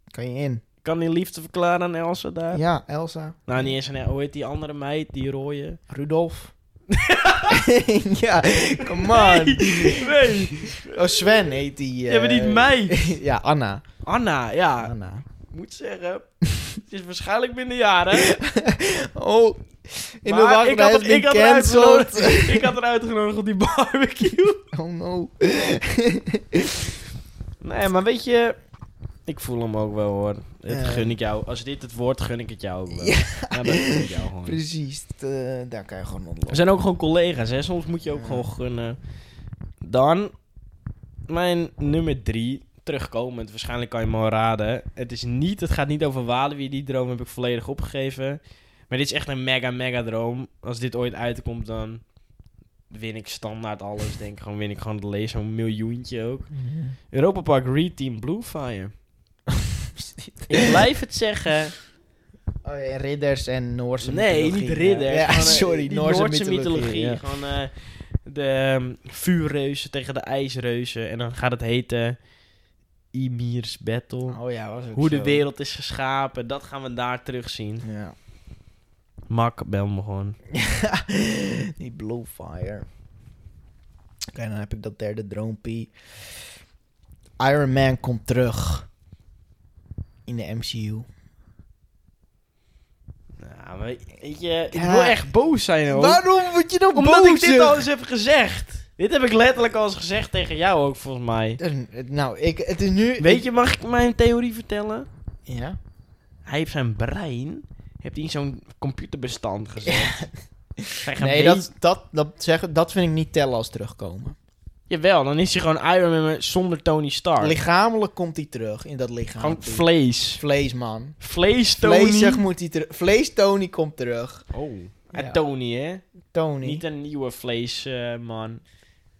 B: Kan je in.
A: kan die liefde verklaren aan Elsa daar?
B: Ja, Elsa.
A: Nou, niet eens aan, hoe heet die andere meid, die rode?
B: Rudolf. ja, come on.
A: Nee, nee.
B: Oh, Sven heet die.
A: Ja, maar
B: eh,
A: niet meid. Ah.
B: ja, Anna.
A: Anna, ja,
B: Anna.
A: ik moet zeggen, het is waarschijnlijk binnen jaren.
B: Oh, in de
A: maar
B: wacht
A: ik had,
B: has
A: er- ik,
B: been
A: had er
B: cancelled.
A: uitgenodigd- ik had er uitgenodigd op die barbecue.
B: Oh no.
A: Nee, maar weet je... Ik voel hem ook wel, hoor. Dat
B: Ja.
A: gun ik jou. Als dit het woord, gun ik het jou ook wel.
B: Ja.
A: Ja, dat gun ik jou gewoon.
B: Precies. dat, eh, daar kan je gewoon
A: We
B: ontlopen.
A: zijn ook gewoon collega's, hè. Soms moet je ook
B: Ja.
A: gewoon gunnen. Dan, mijn nummer drie. Terugkomend, waarschijnlijk kan je me al raden. Het, is niet, het gaat niet over Walibi. Die droom heb ik volledig opgegeven. Maar dit is echt een mega, mega droom. Als dit ooit uitkomt, dan win ik standaard alles. Denk ik gewoon, win ik gewoon de lees. Zo'n miljoentje ook. Europa Park Reteam Bluefire. Ik blijf het zeggen.
B: Oh, ja, ridders en Noorse
A: nee,
B: mythologie.
A: niet ridder.
B: Ja,
A: Gewoon, eh,
B: sorry,
A: die
B: Noorse, mythologie. ja.
A: Gewoon eh, de ehm, vuurreuzen tegen de ijsreuzen. En dan gaat het heten Ymir's Battle.
B: Oh ja, was ook
A: Hoe de
B: zo.
A: wereld is geschapen, dat gaan we daar terugzien.
B: Ja.
A: Mak, bel me gewoon.
B: die Blue Fire. Oké, dan heb ik dat derde droompie. Iron Man komt terug. In de MCU.
A: Nou, maar weet je, ik
B: Ja.
A: wil echt boos zijn hoor.
B: Waarom moet je dan
A: Omdat
B: boos
A: ik dit al eens heb gezegd. Dit heb ik letterlijk al eens gezegd tegen jou ook, volgens mij.
B: Eh, Nou, ik, het is nu...
A: Weet je, mag ik mijn theorie vertellen?
B: Ja?
A: Hij heeft zijn brein heeft hij in zo'n computerbestand gezet. Hij gaat
B: Nee,
A: weet-
B: dat, dat, dat, zeggen, dat vind ik niet tellen als terugkomen.
A: Jawel, dan is hij gewoon Iron Man met- zonder Tony Stark.
B: Lichamelijk komt hij terug in dat lichaam.
A: gewoon vlees.
B: Vlees, man.
A: Vlees Tony.
B: Vleesig moet hij terug. Vlees Tony komt terug.
A: Oh.
B: Ja.
A: En Tony, hè?
B: Tony.
A: Niet een nieuwe eh, vleesman.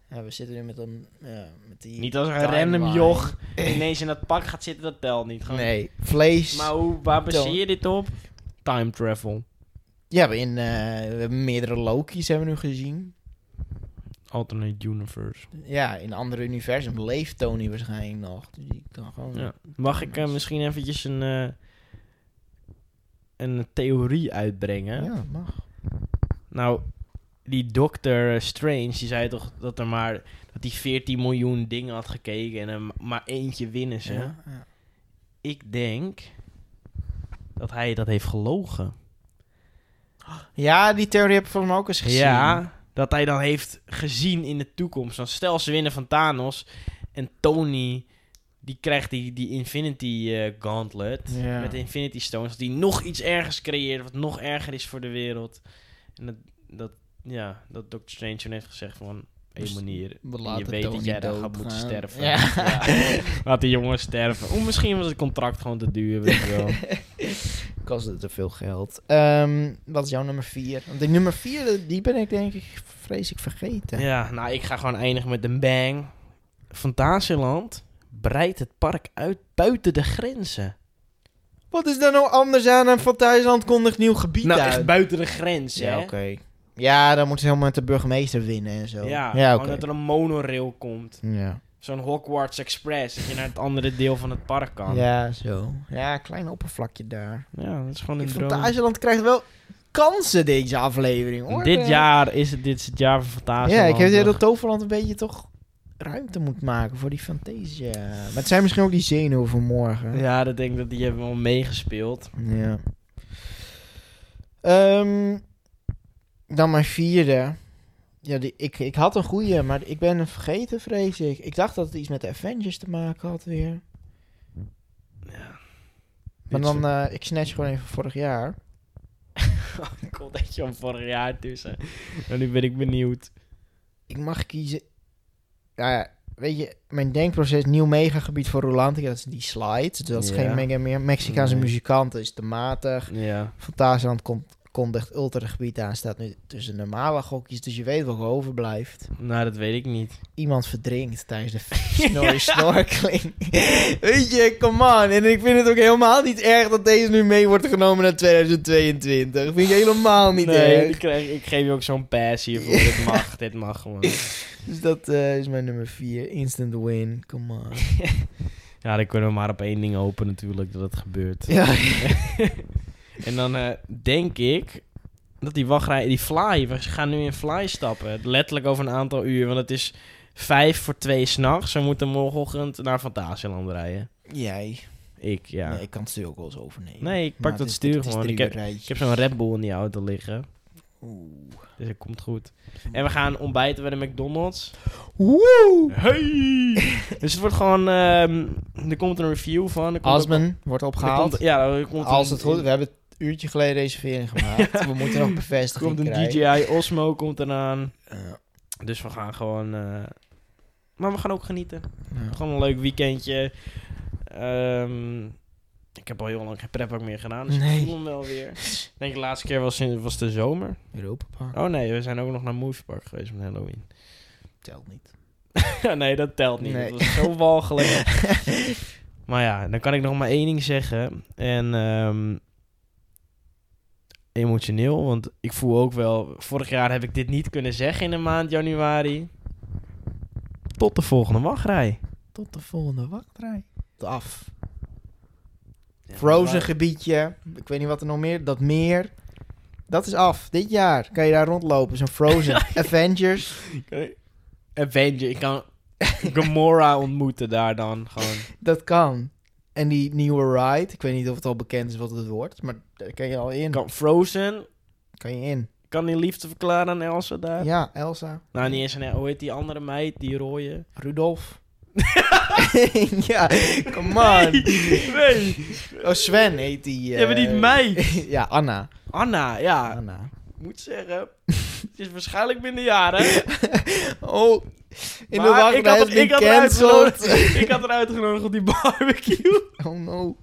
B: Ja, we zitten nu met een... ja, met die
A: Niet als een
B: timeline. Eh.
A: random joch ineens in dat pak gaat zitten, dat telt niet. Gewoon-
B: Nee, vlees.
A: Maar hoe, waar baseer je dit op? Time travel.
B: Ja, we, in, eh, we hebben meerdere Loki's hebben we nu gezien.
A: Alternate universe.
B: Ja, in een andere universum leeft Tony waarschijnlijk nog. Dus die kan gewoon...
A: Ja. Mag ik eh, misschien eventjes een, eh, een theorie uitbrengen?
B: Ja, mag.
A: Nou, die Doctor Strange, die zei toch dat er maar dat die 14 miljoen dingen had gekeken en er ma- maar eentje winnen ze.
B: Ja, ja.
A: Ik denk dat hij dat heeft gelogen.
B: Ja, die theorie heb ik volgens mij ook eens gezien.
A: Ja, dat hij dan heeft gezien in de toekomst. Dan stel ze winnen van Thanos en Tony die krijgt die, die Infinity eh, Gauntlet.
B: Ja.
A: Met de Infinity Stones. Die nog iets ergers creëert. Wat nog erger is voor de wereld. En dat, dat, ja, dat Doctor Strange toen heeft gezegd van... op
C: Dus
A: Een manier.
C: we laten
A: je weet dat
C: Tony
A: jij daar
C: dood
A: gaat moeten
C: gaan.
A: sterven.
B: Ja.
A: Laat die jongen sterven. Of misschien was het contract gewoon te duur. Weet je wel.
B: Kost het te veel geld. Ehm, wat is jouw nummer 4? Want de nummer 4, die ben ik denk ik, vrees ik, vergeten.
A: Ja, nou, ik ga gewoon eindigen met een bang. Fantasieland breidt het park uit buiten de grenzen.
B: Wat is daar nou anders aan? En van Thuisland kondigt nieuw gebied
A: nou,
B: uit.
A: echt buiten de grenzen,
B: ja,
A: hè?
B: oké. Ja, dan moeten ze helemaal met de burgemeester winnen en zo.
A: Ja,
B: ja oké.
A: gewoon dat er een monorail komt.
B: Ja.
A: Zo'n Hogwarts Express, dat je naar het andere deel van het park kan. Ja,
B: ja, zo. Ja, klein oppervlakje daar.
A: dat is gewoon een droom.
B: Fantasieland krijgt wel kansen deze aflevering, hoor.
A: Dit
B: Eh,
A: jaar is het, dit is het jaar van Fantasieland.
B: Ja, ik heb het idee dat Toverland een beetje toch ruimte moet maken voor die fantasie. Maar het zijn misschien ook die zenuwen van morgen.
A: Ja, dat denk ik dat die hebben wel meegespeeld.
B: Ja. Ehm, dan mijn vierde. Ja, die, ik, ik had een goede, maar ik ben hem vergeten, vrees ik. Ik dacht dat het iets met de Avengers te maken had weer. Maar
A: Dit is-
B: dan, eh, ik snatch gewoon even vorig jaar.
A: Ik hoorde dat je van vorig jaar tussen. En nu ben ik benieuwd.
B: Ik mag kiezen... Nou ja, weet je, mijn denkproces, nieuw megagebied voor Rolantica, dat is die slides. Dus dat is
A: Ja.
B: geen mega meer. Mexicaanse
A: Nee.
B: muzikanten is te matig.
A: Ja.
B: Fantasieland komt, kondigt ultragebied aan, staat nu tussen normale gokjes. Dus je weet wat er overblijft.
A: Nou, dat weet ik niet.
B: iemand verdrinkt tijdens de snor snorkeling. Weet je, come on. En ik vind het ook helemaal niet erg dat deze nu mee wordt genomen naar 2022. Vind ik helemaal niet
A: nee,
B: erg.
A: ik, krijg, ik geef je ook zo'n pass hiervoor. dit mag, dit mag gewoon.
B: Dus dat eh, is mijn nummer 4. Instant win. Come on.
A: Ja, dan kunnen we maar op één ding hopen natuurlijk dat het gebeurt.
B: Ja.
A: En dan eh, denk ik dat die wachtrij, die fly, we gaan nu in fly stappen. Letterlijk over een aantal uur, want het is vijf voor twee s'nachts. We moeten morgenochtend naar Fantasieland rijden.
B: Jij.
A: Ik, ja.
B: Nee, ik kan het stuur ook wel eens overnemen.
A: Nee, ik pak
B: Maar het
A: dat
B: is-
A: stuur
B: het is
A: gewoon.
B: drie
A: Ik heb-
B: uur rijtje.
A: Ik heb zo'n Red Bull in die auto liggen,
B: Oeh.
A: dus het komt goed. En we gaan ontbijten bij de McDonald's.
B: Woe!
A: Hey! dus het wordt gewoon, ehm, er komt een review van. Er komt ook-
B: Asman wordt
A: er
B: opgehaald.
A: komt- ja, er komt
B: Als
A: een-
B: het goed is. We hebben het een uurtje geleden reservering gemaakt. We moeten nog
A: Er
B: bevestiging
A: komt een
B: krijgen. Eh,
A: DJI Osmo komt eraan.
B: Ja.
A: Dus we gaan gewoon. eh, maar we gaan ook genieten.
B: Ja.
A: Gewoon een leuk weekendje. Ehm, ik heb al heel lang geen pretpark meer gedaan. Dus
B: Nee.
A: ik voel hem wel weer. Ik denk de laatste keer was, in, was de zomer.
B: Europa Park.
A: Oh nee, we zijn ook nog naar Movie Park geweest met Halloween.
B: Telt niet.
A: Ja, nee, dat telt niet.
B: Nee.
A: Dat was zo walgelijk. maar ja, dan kan ik nog maar één ding zeggen. En ehm, emotioneel, want ik voel ook wel... Vorig jaar heb ik dit niet kunnen zeggen in de maand januari. Tot de volgende wachtrij.
B: Tot de volgende wachtrij. Af. Frozen gebiedje. Ik weet niet wat er nog meer. Dat meer. Dat is af. Dit jaar kan je daar rondlopen. Zo'n Frozen. Avengers.
A: Avenger, ik kan Gamora ontmoeten daar dan gewoon.
B: Dat kan. En die nieuwe ride. Ik weet niet of het al bekend is wat het wordt. Maar daar kan je al in.
A: Kan Frozen,
B: Kan je in.
A: kan die liefde verklaren aan Elsa daar?
B: Ja, Elsa.
A: Nou, niet eens aan hoe heet die andere meid, die rode?
B: Rudolf. ja, come on.
A: Nee,
B: Oh, Sven heet die.
A: Ja, maar
B: eh,
A: niet mij.
B: ja, Anna.
A: Anna, ja.
B: Anna.
A: Ik moet zeggen, het is waarschijnlijk binnen jaren.
B: Oh, in de
A: maar
B: wachtrij
A: ik had,
B: is
A: het, ik, had haar
B: gecanceld.
A: uitgenodigd- ik had haar uitgenodigd op die barbecue.
B: Oh no.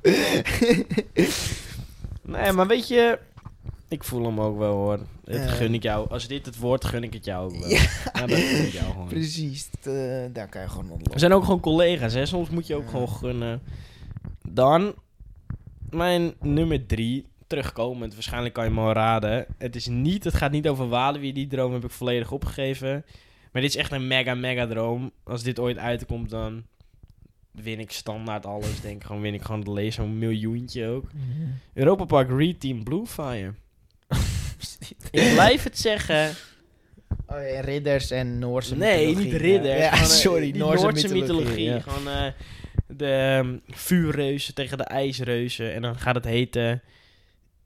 A: Nee, maar weet je, ik voel hem ook wel hoor. Het
B: Ja.
A: gun ik jou. Als dit het woord gun ik het jou ook wel. Ja, dat gun ik jou gewoon.
B: Precies, eh, daar kan je gewoon
A: We
B: ontlopen.
A: zijn ook gewoon collega's, hè? Soms moet je ook
B: Ja.
A: gewoon gunnen. Dan, mijn nummer drie, terugkomend. Waarschijnlijk kan je me al raden. Het, is niet, het gaat niet over Walibi, die droom heb ik volledig opgegeven. Maar dit is echt een mega, mega droom. Als dit ooit uitkomt, dan win ik standaard alles. Denk ik gewoon, win ik gewoon de lees, zo'n miljoentje ook. Europa Park Reed Team Bluefire. ik blijf het zeggen.
B: Oh, ja, ridders en Noorse
A: nee,
B: mythologie.
A: niet ridder.
B: Ja,
A: Gewoon, eh,
B: sorry,
A: die
B: Noorse, mythologie. ja.
A: Gewoon eh, de ehm, vuurreuzen tegen de ijsreuzen. En dan gaat het heten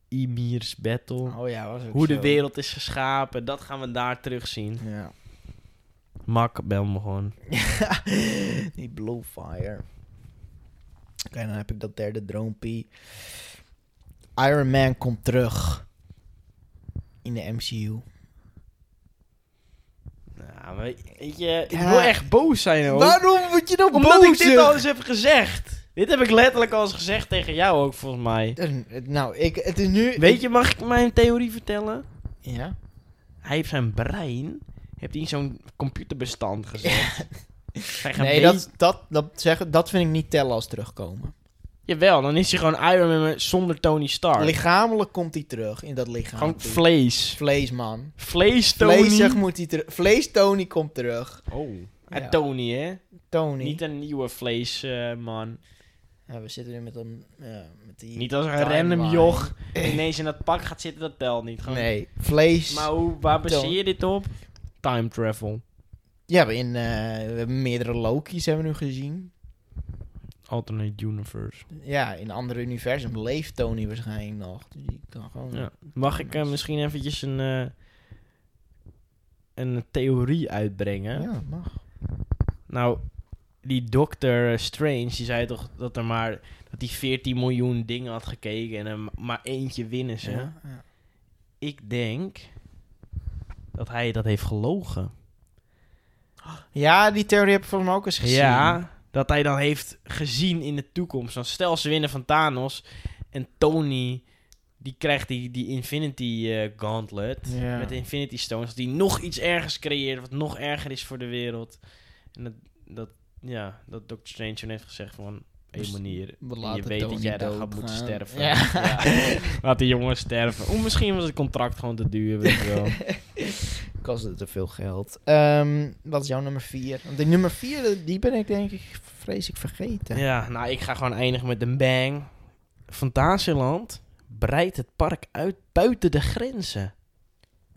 A: Ymir's Battle.
B: Oh ja, was ook
A: Hoe de
B: zo.
A: wereld is geschapen, dat gaan we daar terugzien.
B: Ja.
A: Mak, bel me gewoon.
B: die Blue Fire. Oké, dan heb ik dat derde droompie. Iron Man komt terug in de MCU.
A: Nou, maar weet je, ik
B: Ja.
A: wil echt boos zijn ook.
B: Waarom moet je nou
A: Omdat
B: boos
A: ik dit
B: zijn?
A: al eens heb gezegd. Dit heb ik letterlijk al eens gezegd tegen jou ook, volgens mij.
B: Eh, Nou, ik, het is nu...
A: Weet je, mag ik mijn theorie vertellen?
B: Ja?
A: Hij heeft zijn brein heeft hij in zo'n computerbestand gezet. Hij gaat
B: Nee,
A: weet-
B: dat, dat, dat, zeggen, dat vind ik niet tellen als terugkomen.
A: Jawel, dan is hij gewoon Iron Man met- zonder Tony Stark.
B: Lichamelijk komt hij terug in dat lichaam.
A: gewoon
B: toe.
A: vlees.
B: Vlees, man.
A: Vlees Tony.
B: Vleesig moet hij terug. Vlees Tony komt terug.
A: Oh.
B: Ja.
A: En Tony, hè?
B: Tony.
A: Niet een nieuwe vleesman. man.
B: Ja, we zitten nu met een... Ja, met die...
A: Niet als een
B: Timeline.
A: random joch ineens in dat pak gaat zitten, dat telt niet. Gewoon.
B: Nee, vlees.
A: Maar hoe, waar baseer
B: Tony.
A: je dit op? Time travel.
B: Ja, we, in, eh, we hebben meerdere Loki's hebben we nu gezien.
A: Alternate universe.
B: Ja, in een andere universum leeft Tony waarschijnlijk nog. Dus die kan gewoon...
A: Ja. Mag ik eh,
B: Nice.
A: misschien eventjes een, eh, een theorie uitbrengen?
B: Ja, mag.
A: Nou, die dokter eh, Strange, die zei toch dat er maar dat hij 14 miljoen dingen had gekeken en er ma- maar eentje winnen ze.
B: Ja, ja.
A: Ik denk dat hij dat heeft gelogen.
B: Ja, die theorie heb ik volgens mij ook eens gezien.
A: Ja, dat hij dan heeft gezien in de toekomst. Dan stel ze winnen van Thanos en Tony die krijgt die, die Infinity eh, Gauntlet
B: Ja.
A: met de Infinity Stones. Dat die nog iets ergers creëert wat nog erger is voor de wereld. En dat, dat ja, dat Doctor Strange toen heeft gezegd van op
B: Dus
A: een manier.
B: We
A: Je
B: laten
A: weet
B: Tony
A: dat jij daar
B: doodgaan.
A: gaat moeten sterven.
B: Ja.
A: Ja. Laat die jongen sterven. Of misschien was het contract gewoon te duur, weet je wel.
B: Kost het te veel geld. Ehm, wat is jouw nummer 4? Want die nummer 4, die ben ik denk ik vrees ik vergeten.
A: Ja, nou, ik ga gewoon eindigen met een bang. Fantasieland breidt het park uit buiten de grenzen.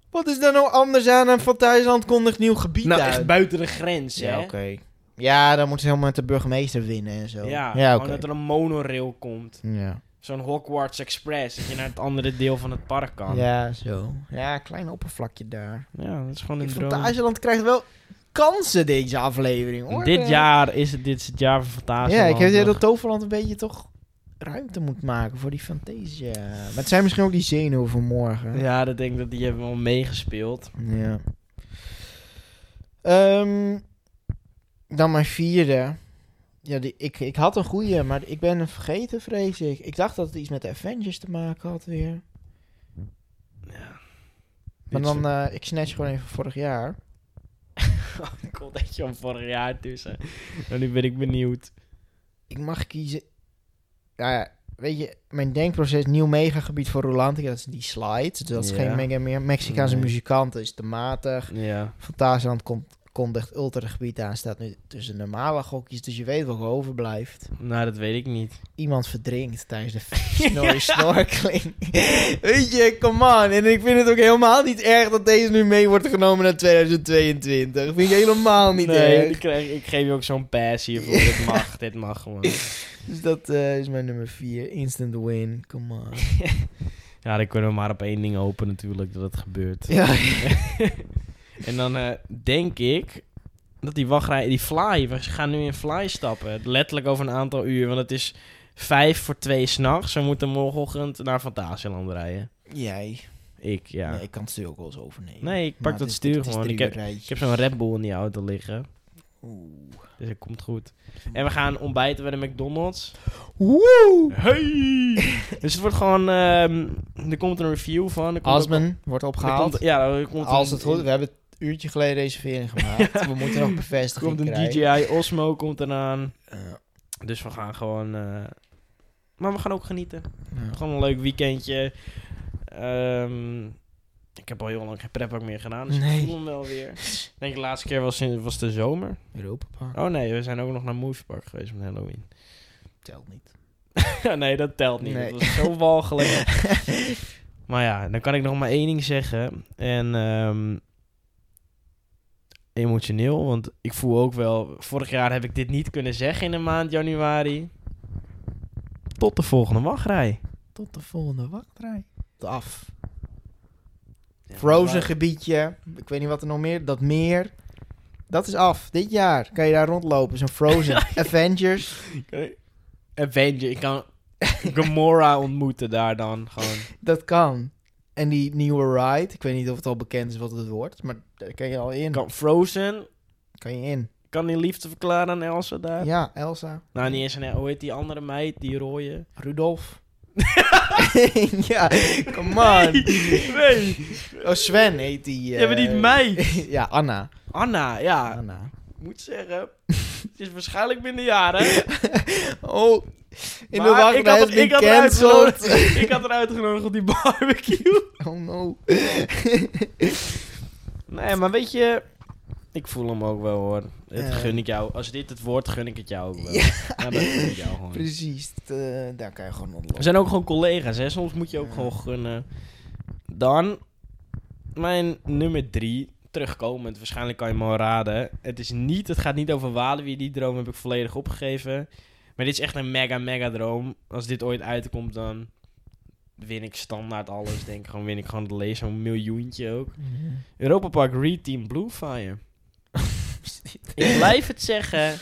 B: Wat is daar nou anders aan en van Thailand kondigt nieuw gebied
A: nou,
B: uit?
A: echt buiten de grenzen,
B: ja,
A: hè?
B: oké. Ja, dan moeten ze helemaal met de burgemeester winnen en zo.
A: Ja,
B: ja
A: gewoon dat er een monorail komt.
B: Ja.
A: Zo'n Hogwarts Express, dat je naar het andere deel van het park kan. Ja,
B: ja, zo. Ja, klein oppervlakje daar.
A: dat is gewoon een droom.
B: Fantasieland krijgt wel kansen deze aflevering, hoor.
A: Dit
B: Eh,
A: jaar is het, dit is het jaar van
B: Ja,
A: Fantasieland.
B: ik heb het idee
A: nog.
B: dat Toverland een beetje toch ruimte moet maken voor die fantasia. Maar het zijn misschien ook die zenuwen van morgen.
A: Ja, dat denk ik dat die hebben wel meegespeeld.
B: Ja. Ehm, dan mijn vierde. Ja, die, ik, ik had een goede, maar ik ben hem vergeten, vrees ik. Ik dacht dat het iets met de Avengers te maken had weer. Maar
A: Dit
B: dan,
A: is-
B: eh, ik snatch gewoon even vorig jaar.
A: Ik kon echt van vorig jaar tussen. Nou, nu ben ik benieuwd.
B: Ik mag kiezen... Nou ja, weet je, mijn denkproces, nieuw megagebied voor Rolantica, dat is die slide. Dus dat is
A: Ja.
B: geen mega meer. Mexicaanse
A: Nee.
B: muzikanten is te matig.
A: Ja.
B: Fantasieland komt, kondigt ultragebied aan, staat nu tussen normale gokjes. Dus je weet wat er overblijft.
A: Nou, dat weet ik niet.
B: iemand verdrinkt tijdens de snor snorkeling. Weet je, come on. En ik vind het ook helemaal niet erg dat deze nu mee wordt genomen naar 2022. Dat vind ik helemaal niet
A: nee, ik,
B: erg.
A: krijg, ik geef je ook zo'n pass hiervoor. dit mag, dit mag gewoon.
B: Dus dat eh, is mijn nummer 4. Instant win, come on.
A: Ja, dan kunnen we maar op één ding hopen natuurlijk, dat het gebeurt.
B: Ja,
A: En dan eh, denk ik dat die wachtrij, die fly, we gaan nu in fly stappen. Letterlijk over een aantal uur, want het is vijf voor twee s'nachts. We moeten morgenochtend naar Fantasieland rijden.
B: jij.
A: Ik, ja.
B: Nee, ik kan het stuur ook wel eens overnemen.
A: Nee, ik pak
B: Maar
A: dat
B: het is-
A: stuur
B: het is
A: gewoon.
B: drie
A: Ik heb-
B: rijtjes.
A: Ik heb zo'n Red Bull in die auto liggen,
B: Oeh.
A: dus het komt goed. En we gaan ontbijten bij de McDonald's.
B: Woe!
A: Hey! dus het wordt gewoon. ehm, er komt een review van. Er komt ook-
B: Asman wordt
A: er komt,
B: opgehaald.
A: ja, er komt
B: Als
A: een,
B: het goed... We hebben het uurtje geleden reservering gemaakt. We moeten nog
A: er
B: bevestiging
A: komt een
B: krijgen.
A: DJI Osmo komt eraan.
B: Eh,
A: Dus we gaan gewoon. eh, maar we gaan ook genieten.
B: ja.
A: Gewoon een leuk weekendje. Ehm, ik heb al heel lang geen pretpark meer gedaan. Dus
B: Nee.
A: ik voel hem wel weer. Ik denk de laatste keer was, in, was de zomer.
B: Europa Park.
A: Oh nee, we zijn ook nog naar Movie Park geweest met Halloween.
B: Telt niet.
A: Ja, nee, dat telt niet.
B: Nee.
A: Dat was zo walgelijk. maar ja, dan kan ik nog maar één ding zeggen. En ehm, emotioneel, want ik voel ook wel... Vorig jaar heb ik dit niet kunnen zeggen in de maand januari. Tot de volgende wachtrij.
B: Tot de volgende wachtrij. Af.
A: Frozen
B: Frozen gebiedje. Ik weet niet wat er nog meer. Dat meer. Dat is af. Dit jaar kan je daar rondlopen. Zo'n Frozen Avengers.
A: ge- Avenger. Ik kan Gamora ontmoeten daar dan. Gewoon.
B: Dat kan. En die nieuwe ride, ik weet niet of het al bekend is wat het wordt, maar daar kan je al in.
A: Kan Frozen.
B: Kan je in.
A: Kan die liefde verklaren aan Elsa daar?
B: Ja, Elsa.
A: Nou, niet eens aan Hoe heet die andere meid? Die rode?
B: Rudolf. ja, come on.
A: Nee, nee.
B: Oh, Sven heet die. eh,
A: Ja, maar Ah. niet mij.
B: ja, Anna.
A: Anna, ja.
B: Anna.
A: Ik moet zeggen... Het is waarschijnlijk minderjarig.
B: Oh, in de
A: maar
B: wacht,
A: ik had, het- ik, had haar
B: gecanceld.
A: uitgenodigd- ik had haar uitgenodigd op die barbecue.
B: Oh no.
A: Nee, maar weet je... Ik voel hem ook wel, hoor. Het
B: Eh.
A: gun ik jou. Als dit het woord, gun ik het jou ook wel.
B: Ja.
A: Ja, dat gun ik jou gewoon.
B: Precies, eh, daar kan je gewoon op
A: We
B: lopen.
A: zijn ook gewoon collega's, hè. Soms moet je ook
B: Ja.
A: gewoon gunnen. Dan, mijn nummer drie, terugkomend. Waarschijnlijk kan je me al raden. Het, is niet, het gaat niet over Walibi. Die droom heb ik volledig opgegeven. Maar dit is echt een mega, mega droom. Als dit ooit uitkomt, dan win ik standaard alles. Denk ik. gewoon, win ik gewoon het lezen. Zo'n miljoentje ook. Europa Park Reed Team Bluefire. ik blijf het zeggen.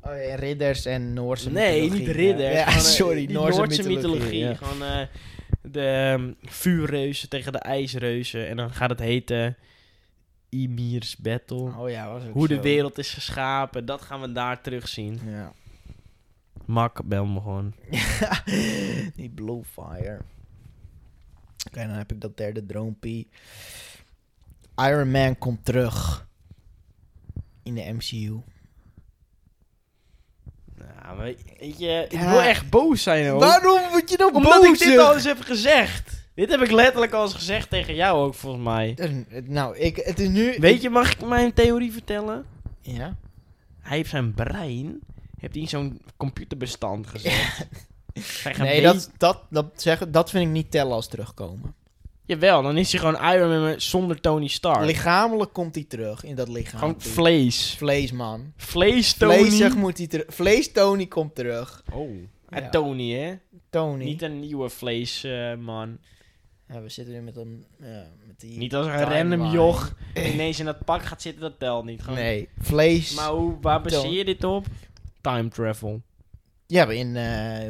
B: Oh, ja, ridders en Noorse
A: Nee,
B: mythologie,
A: niet
B: ja.
A: ridder.
B: Ja,
A: Gewoon, eh,
B: sorry,
A: die
B: Noorse, mythologie.
A: mythologie.
B: ja.
A: Gewoon eh, de ehm, vuurreuzen tegen de ijsreuzen. En dan gaat het heten Ymir's Battle.
B: Oh ja, was ook
A: Hoe de
B: zo.
A: wereld is geschapen, dat gaan we daar terugzien.
B: Ja.
A: Mak, bel me gewoon.
B: die Blue Fire. Oké, dan heb ik dat derde droompie. Iron Man komt terug. In de MCU.
A: Nou, maar weet je, ik
B: Ja.
A: wil echt boos zijn ook.
B: Waarom word je nou
A: Omdat ik dit
B: bozig?
A: al eens heb gezegd. Dit heb ik letterlijk al eens gezegd tegen jou ook, volgens mij.
B: Eh, Nou, ik, het is nu...
A: Weet je, mag ik mijn theorie vertellen?
B: Ja?
A: Hij heeft zijn brein heeft hij in zo'n computerbestand gezet. Hij gaat
B: Nee,
A: mee-
B: dat, dat, dat, zeggen, dat vind ik niet tellen als terugkomen.
A: Jawel, dan is hij gewoon Iron Man maar zonder Tony Stark.
B: Lichamelijk komt hij terug in dat lichaam.
A: gewoon
B: toe.
A: vlees.
B: Vlees, man.
A: Vlees Tony.
B: Vleesig moet hij terug. Vlees Tony komt terug.
A: Oh.
B: Ja.
A: Ah, Tony, hè?
B: Tony.
A: Niet een nieuwe vlees, eh, man.
B: Ja, we zitten nu met een... ja, met die
A: Niet als een
B: timeline.
A: random joch ineens in dat pak gaat zitten, dat telt niet. Gewoon.
B: Nee, vlees.
A: Maar hoe, waar baseer
B: Tony.
A: je dit op? Time travel.
B: Ja, we, in, eh, we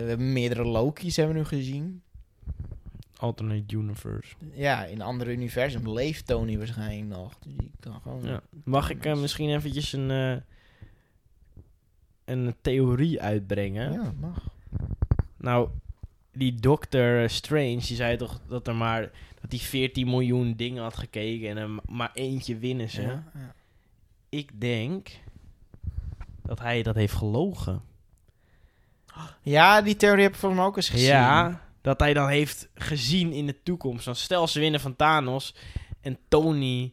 B: hebben meerdere Loki's hebben we nu gezien.
A: Alternate universe.
B: Ja, in een andere universum leeft Tony waarschijnlijk nog. Dus die kan gewoon...
A: Ja. Mag ik eh, misschien eventjes een, eh, een theorie uitbrengen?
B: Ja, mag.
A: Nou, die dokter eh, Strange, die zei toch dat er maar dat hij 14 miljoen dingen had gekeken en er ma- maar eentje winnen ze.
B: Ja, ja.
A: Ik denk dat hij dat heeft gelogen.
B: Ja, die theorie heb ik volgens mij ook eens gezien.
A: Ja, dat hij dan heeft gezien in de toekomst. Dan stel ze winnen van Thanos en Tony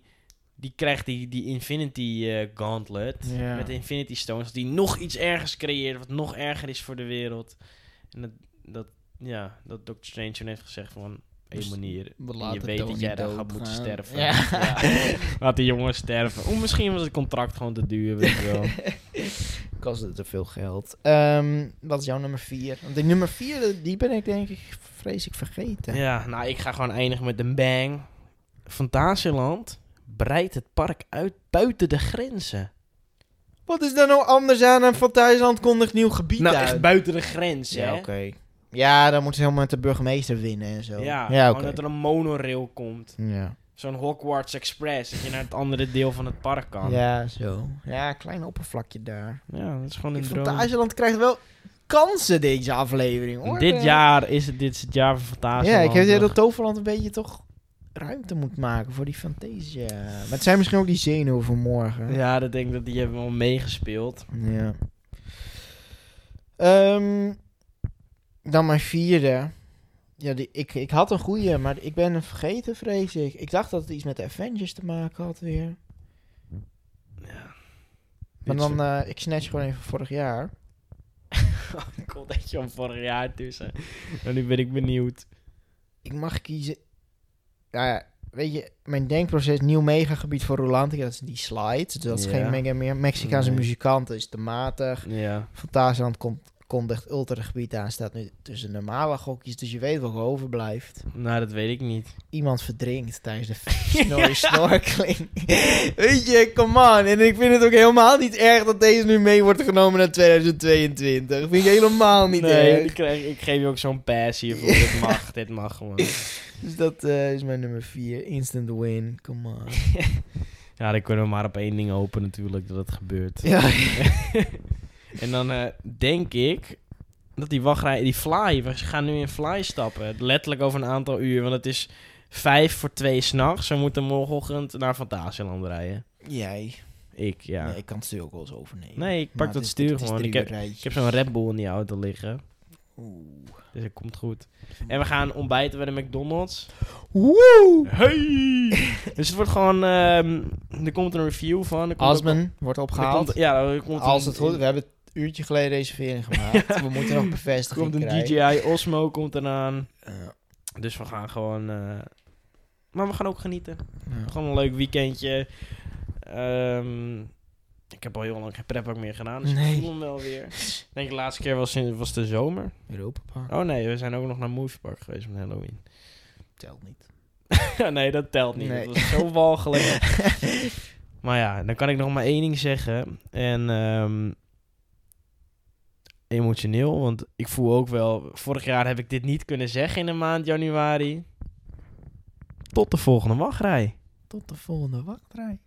A: die krijgt die, die Infinity eh, Gauntlet
B: Ja.
A: met de Infinity Stones. Dat die nog iets ergers creëert wat nog erger is voor de wereld. En dat, dat ja, dat Doctor Strange toen heeft gezegd van... Op
B: Dus
A: een manier,
B: we
A: en je
B: laten
A: weet dat
B: Tony
A: jij daar gaat
B: doodgaan.
A: moeten sterven.
B: Ja.
A: Laat die jongen sterven. Of misschien was het contract gewoon te duur, weet je wel.
B: Kostte te veel geld. Ehm, wat is jouw nummer 4? Want die nummer 4, die ben ik denk ik vrees ik vergeten.
A: Ja, nou, ik ga gewoon eindigen met een bang. Fantasieland breidt het park uit buiten de grenzen.
B: Wat is daar nou anders aan een Fantasieland kondigt nieuw gebied
A: nou,
B: uit?
A: echt buiten de grenzen,
B: ja,
A: hè?
B: oké. Ja, dan moeten ze helemaal met de burgemeester winnen en zo.
A: Ja,
B: ja
A: gewoon
B: oké.
A: dat er een monorail komt.
B: Ja.
A: Zo'n Hogwarts Express, dat je naar het andere deel van het park kan. Ja,
B: ja, zo. Ja, klein oppervlakje daar.
A: dat is gewoon een
B: Ik-
A: droom.
B: Fantasieland krijgt wel kansen deze aflevering, hoor.
A: Dit
B: Eh,
A: jaar is het, dit is het jaar van eh,
B: Ja,
A: Fantasieland.
B: ik heb het idee dat Toverland een beetje toch ruimte moet maken voor die fantasia. Maar het zijn misschien ook die zenuwen van morgen.
A: Ja, dat denk ik dat die hebben wel meegespeeld.
B: Ja. Ehm, dan mijn vierde. Ja, die, ik, ik had een goede, maar ik ben hem vergeten, vrees ik. Ik dacht dat het iets met de Avengers te maken had weer. Maar
A: Dit
B: dan, eh, ik snatch gewoon even vorig jaar.
A: Ik kon dat je van vorig jaar tussen. En nu ben ik benieuwd.
B: Ik mag kiezen... Nou ja, weet je, mijn denkproces, nieuw megagebied voor Rolantica, dat is die slides. Dus dat is
A: Ja.
B: geen mega meer. Mexicaanse
A: Nee.
B: muzikanten is te matig.
A: Ja.
B: Fantasieland komt kondigt ultragebied aan, staat nu tussen normale gokjes. Dus je weet wat er overblijft.
A: Nou, dat weet ik niet.
B: Iemand verdrinkt tijdens de snor snorkeling. weet je, come on. En ik vind het ook helemaal niet erg dat deze nu mee wordt genomen naar 2022. Vind ik helemaal niet
A: nee,
B: erg.
A: ik, krijg, ik geef je ook zo'n pass hiervoor. dit mag, dit mag gewoon.
B: Dus dat eh, is mijn nummer 4. Instant win. Come on.
A: Ja, dan kunnen we maar op één ding hopen natuurlijk, dat het gebeurt.
B: ja.
A: En dan eh, denk ik dat die wachtrij, die fly, we gaan nu in fly stappen. Letterlijk over een aantal uur, want het is vijf voor twee s'nachts. We moeten morgenochtend naar Fantasieland rijden.
B: Jij.
A: Ik, ja.
B: Nee, ik kan het stuur ook wel eens overnemen.
A: Nee, ik pak
B: Maar
A: dat
B: het is-
A: stuur
B: het is
A: gewoon.
B: drie
A: Ik heb-
B: uur rijtje.
A: Ik heb zo'n Red Bull in die auto liggen,
B: Oeh.
A: dus het komt goed. En we gaan ontbijten bij de McDonald's.
B: Woe!
A: Hey! dus het wordt gewoon, ehm, er komt een review van. Er komt ook-
B: Asman wordt
A: er
B: opgehaald.
A: komt- ja, er komt
B: Als
A: een-
B: het goed is, we hebben het een uurtje geleden reservering gemaakt. We moeten nog
A: Er
B: bevestigen.
A: komt een DJI Osmo komt eraan. Dus we gaan gewoon. eh, maar we gaan ook genieten. Gewoon een leuk weekendje. Ehm, ik heb al heel lang geen pretpark meer gedaan. Dus
B: Nee.
A: ik voel hem wel weer. Ik denk de laatste keer was, in, was de zomer.
B: Europa Park
A: Oh nee, we zijn ook nog naar Movie Park geweest met Halloween.
B: telt niet.
A: nee, dat telt niet.
B: Nee.
A: Dat was zo walgelijk. maar ja, dan kan ik nog maar één ding zeggen. En ehm, emotioneel, want ik voel ook wel... Vorig jaar heb ik dit niet kunnen zeggen in de maand januari. Tot de volgende wachtrij.
B: Tot de volgende wachtrij.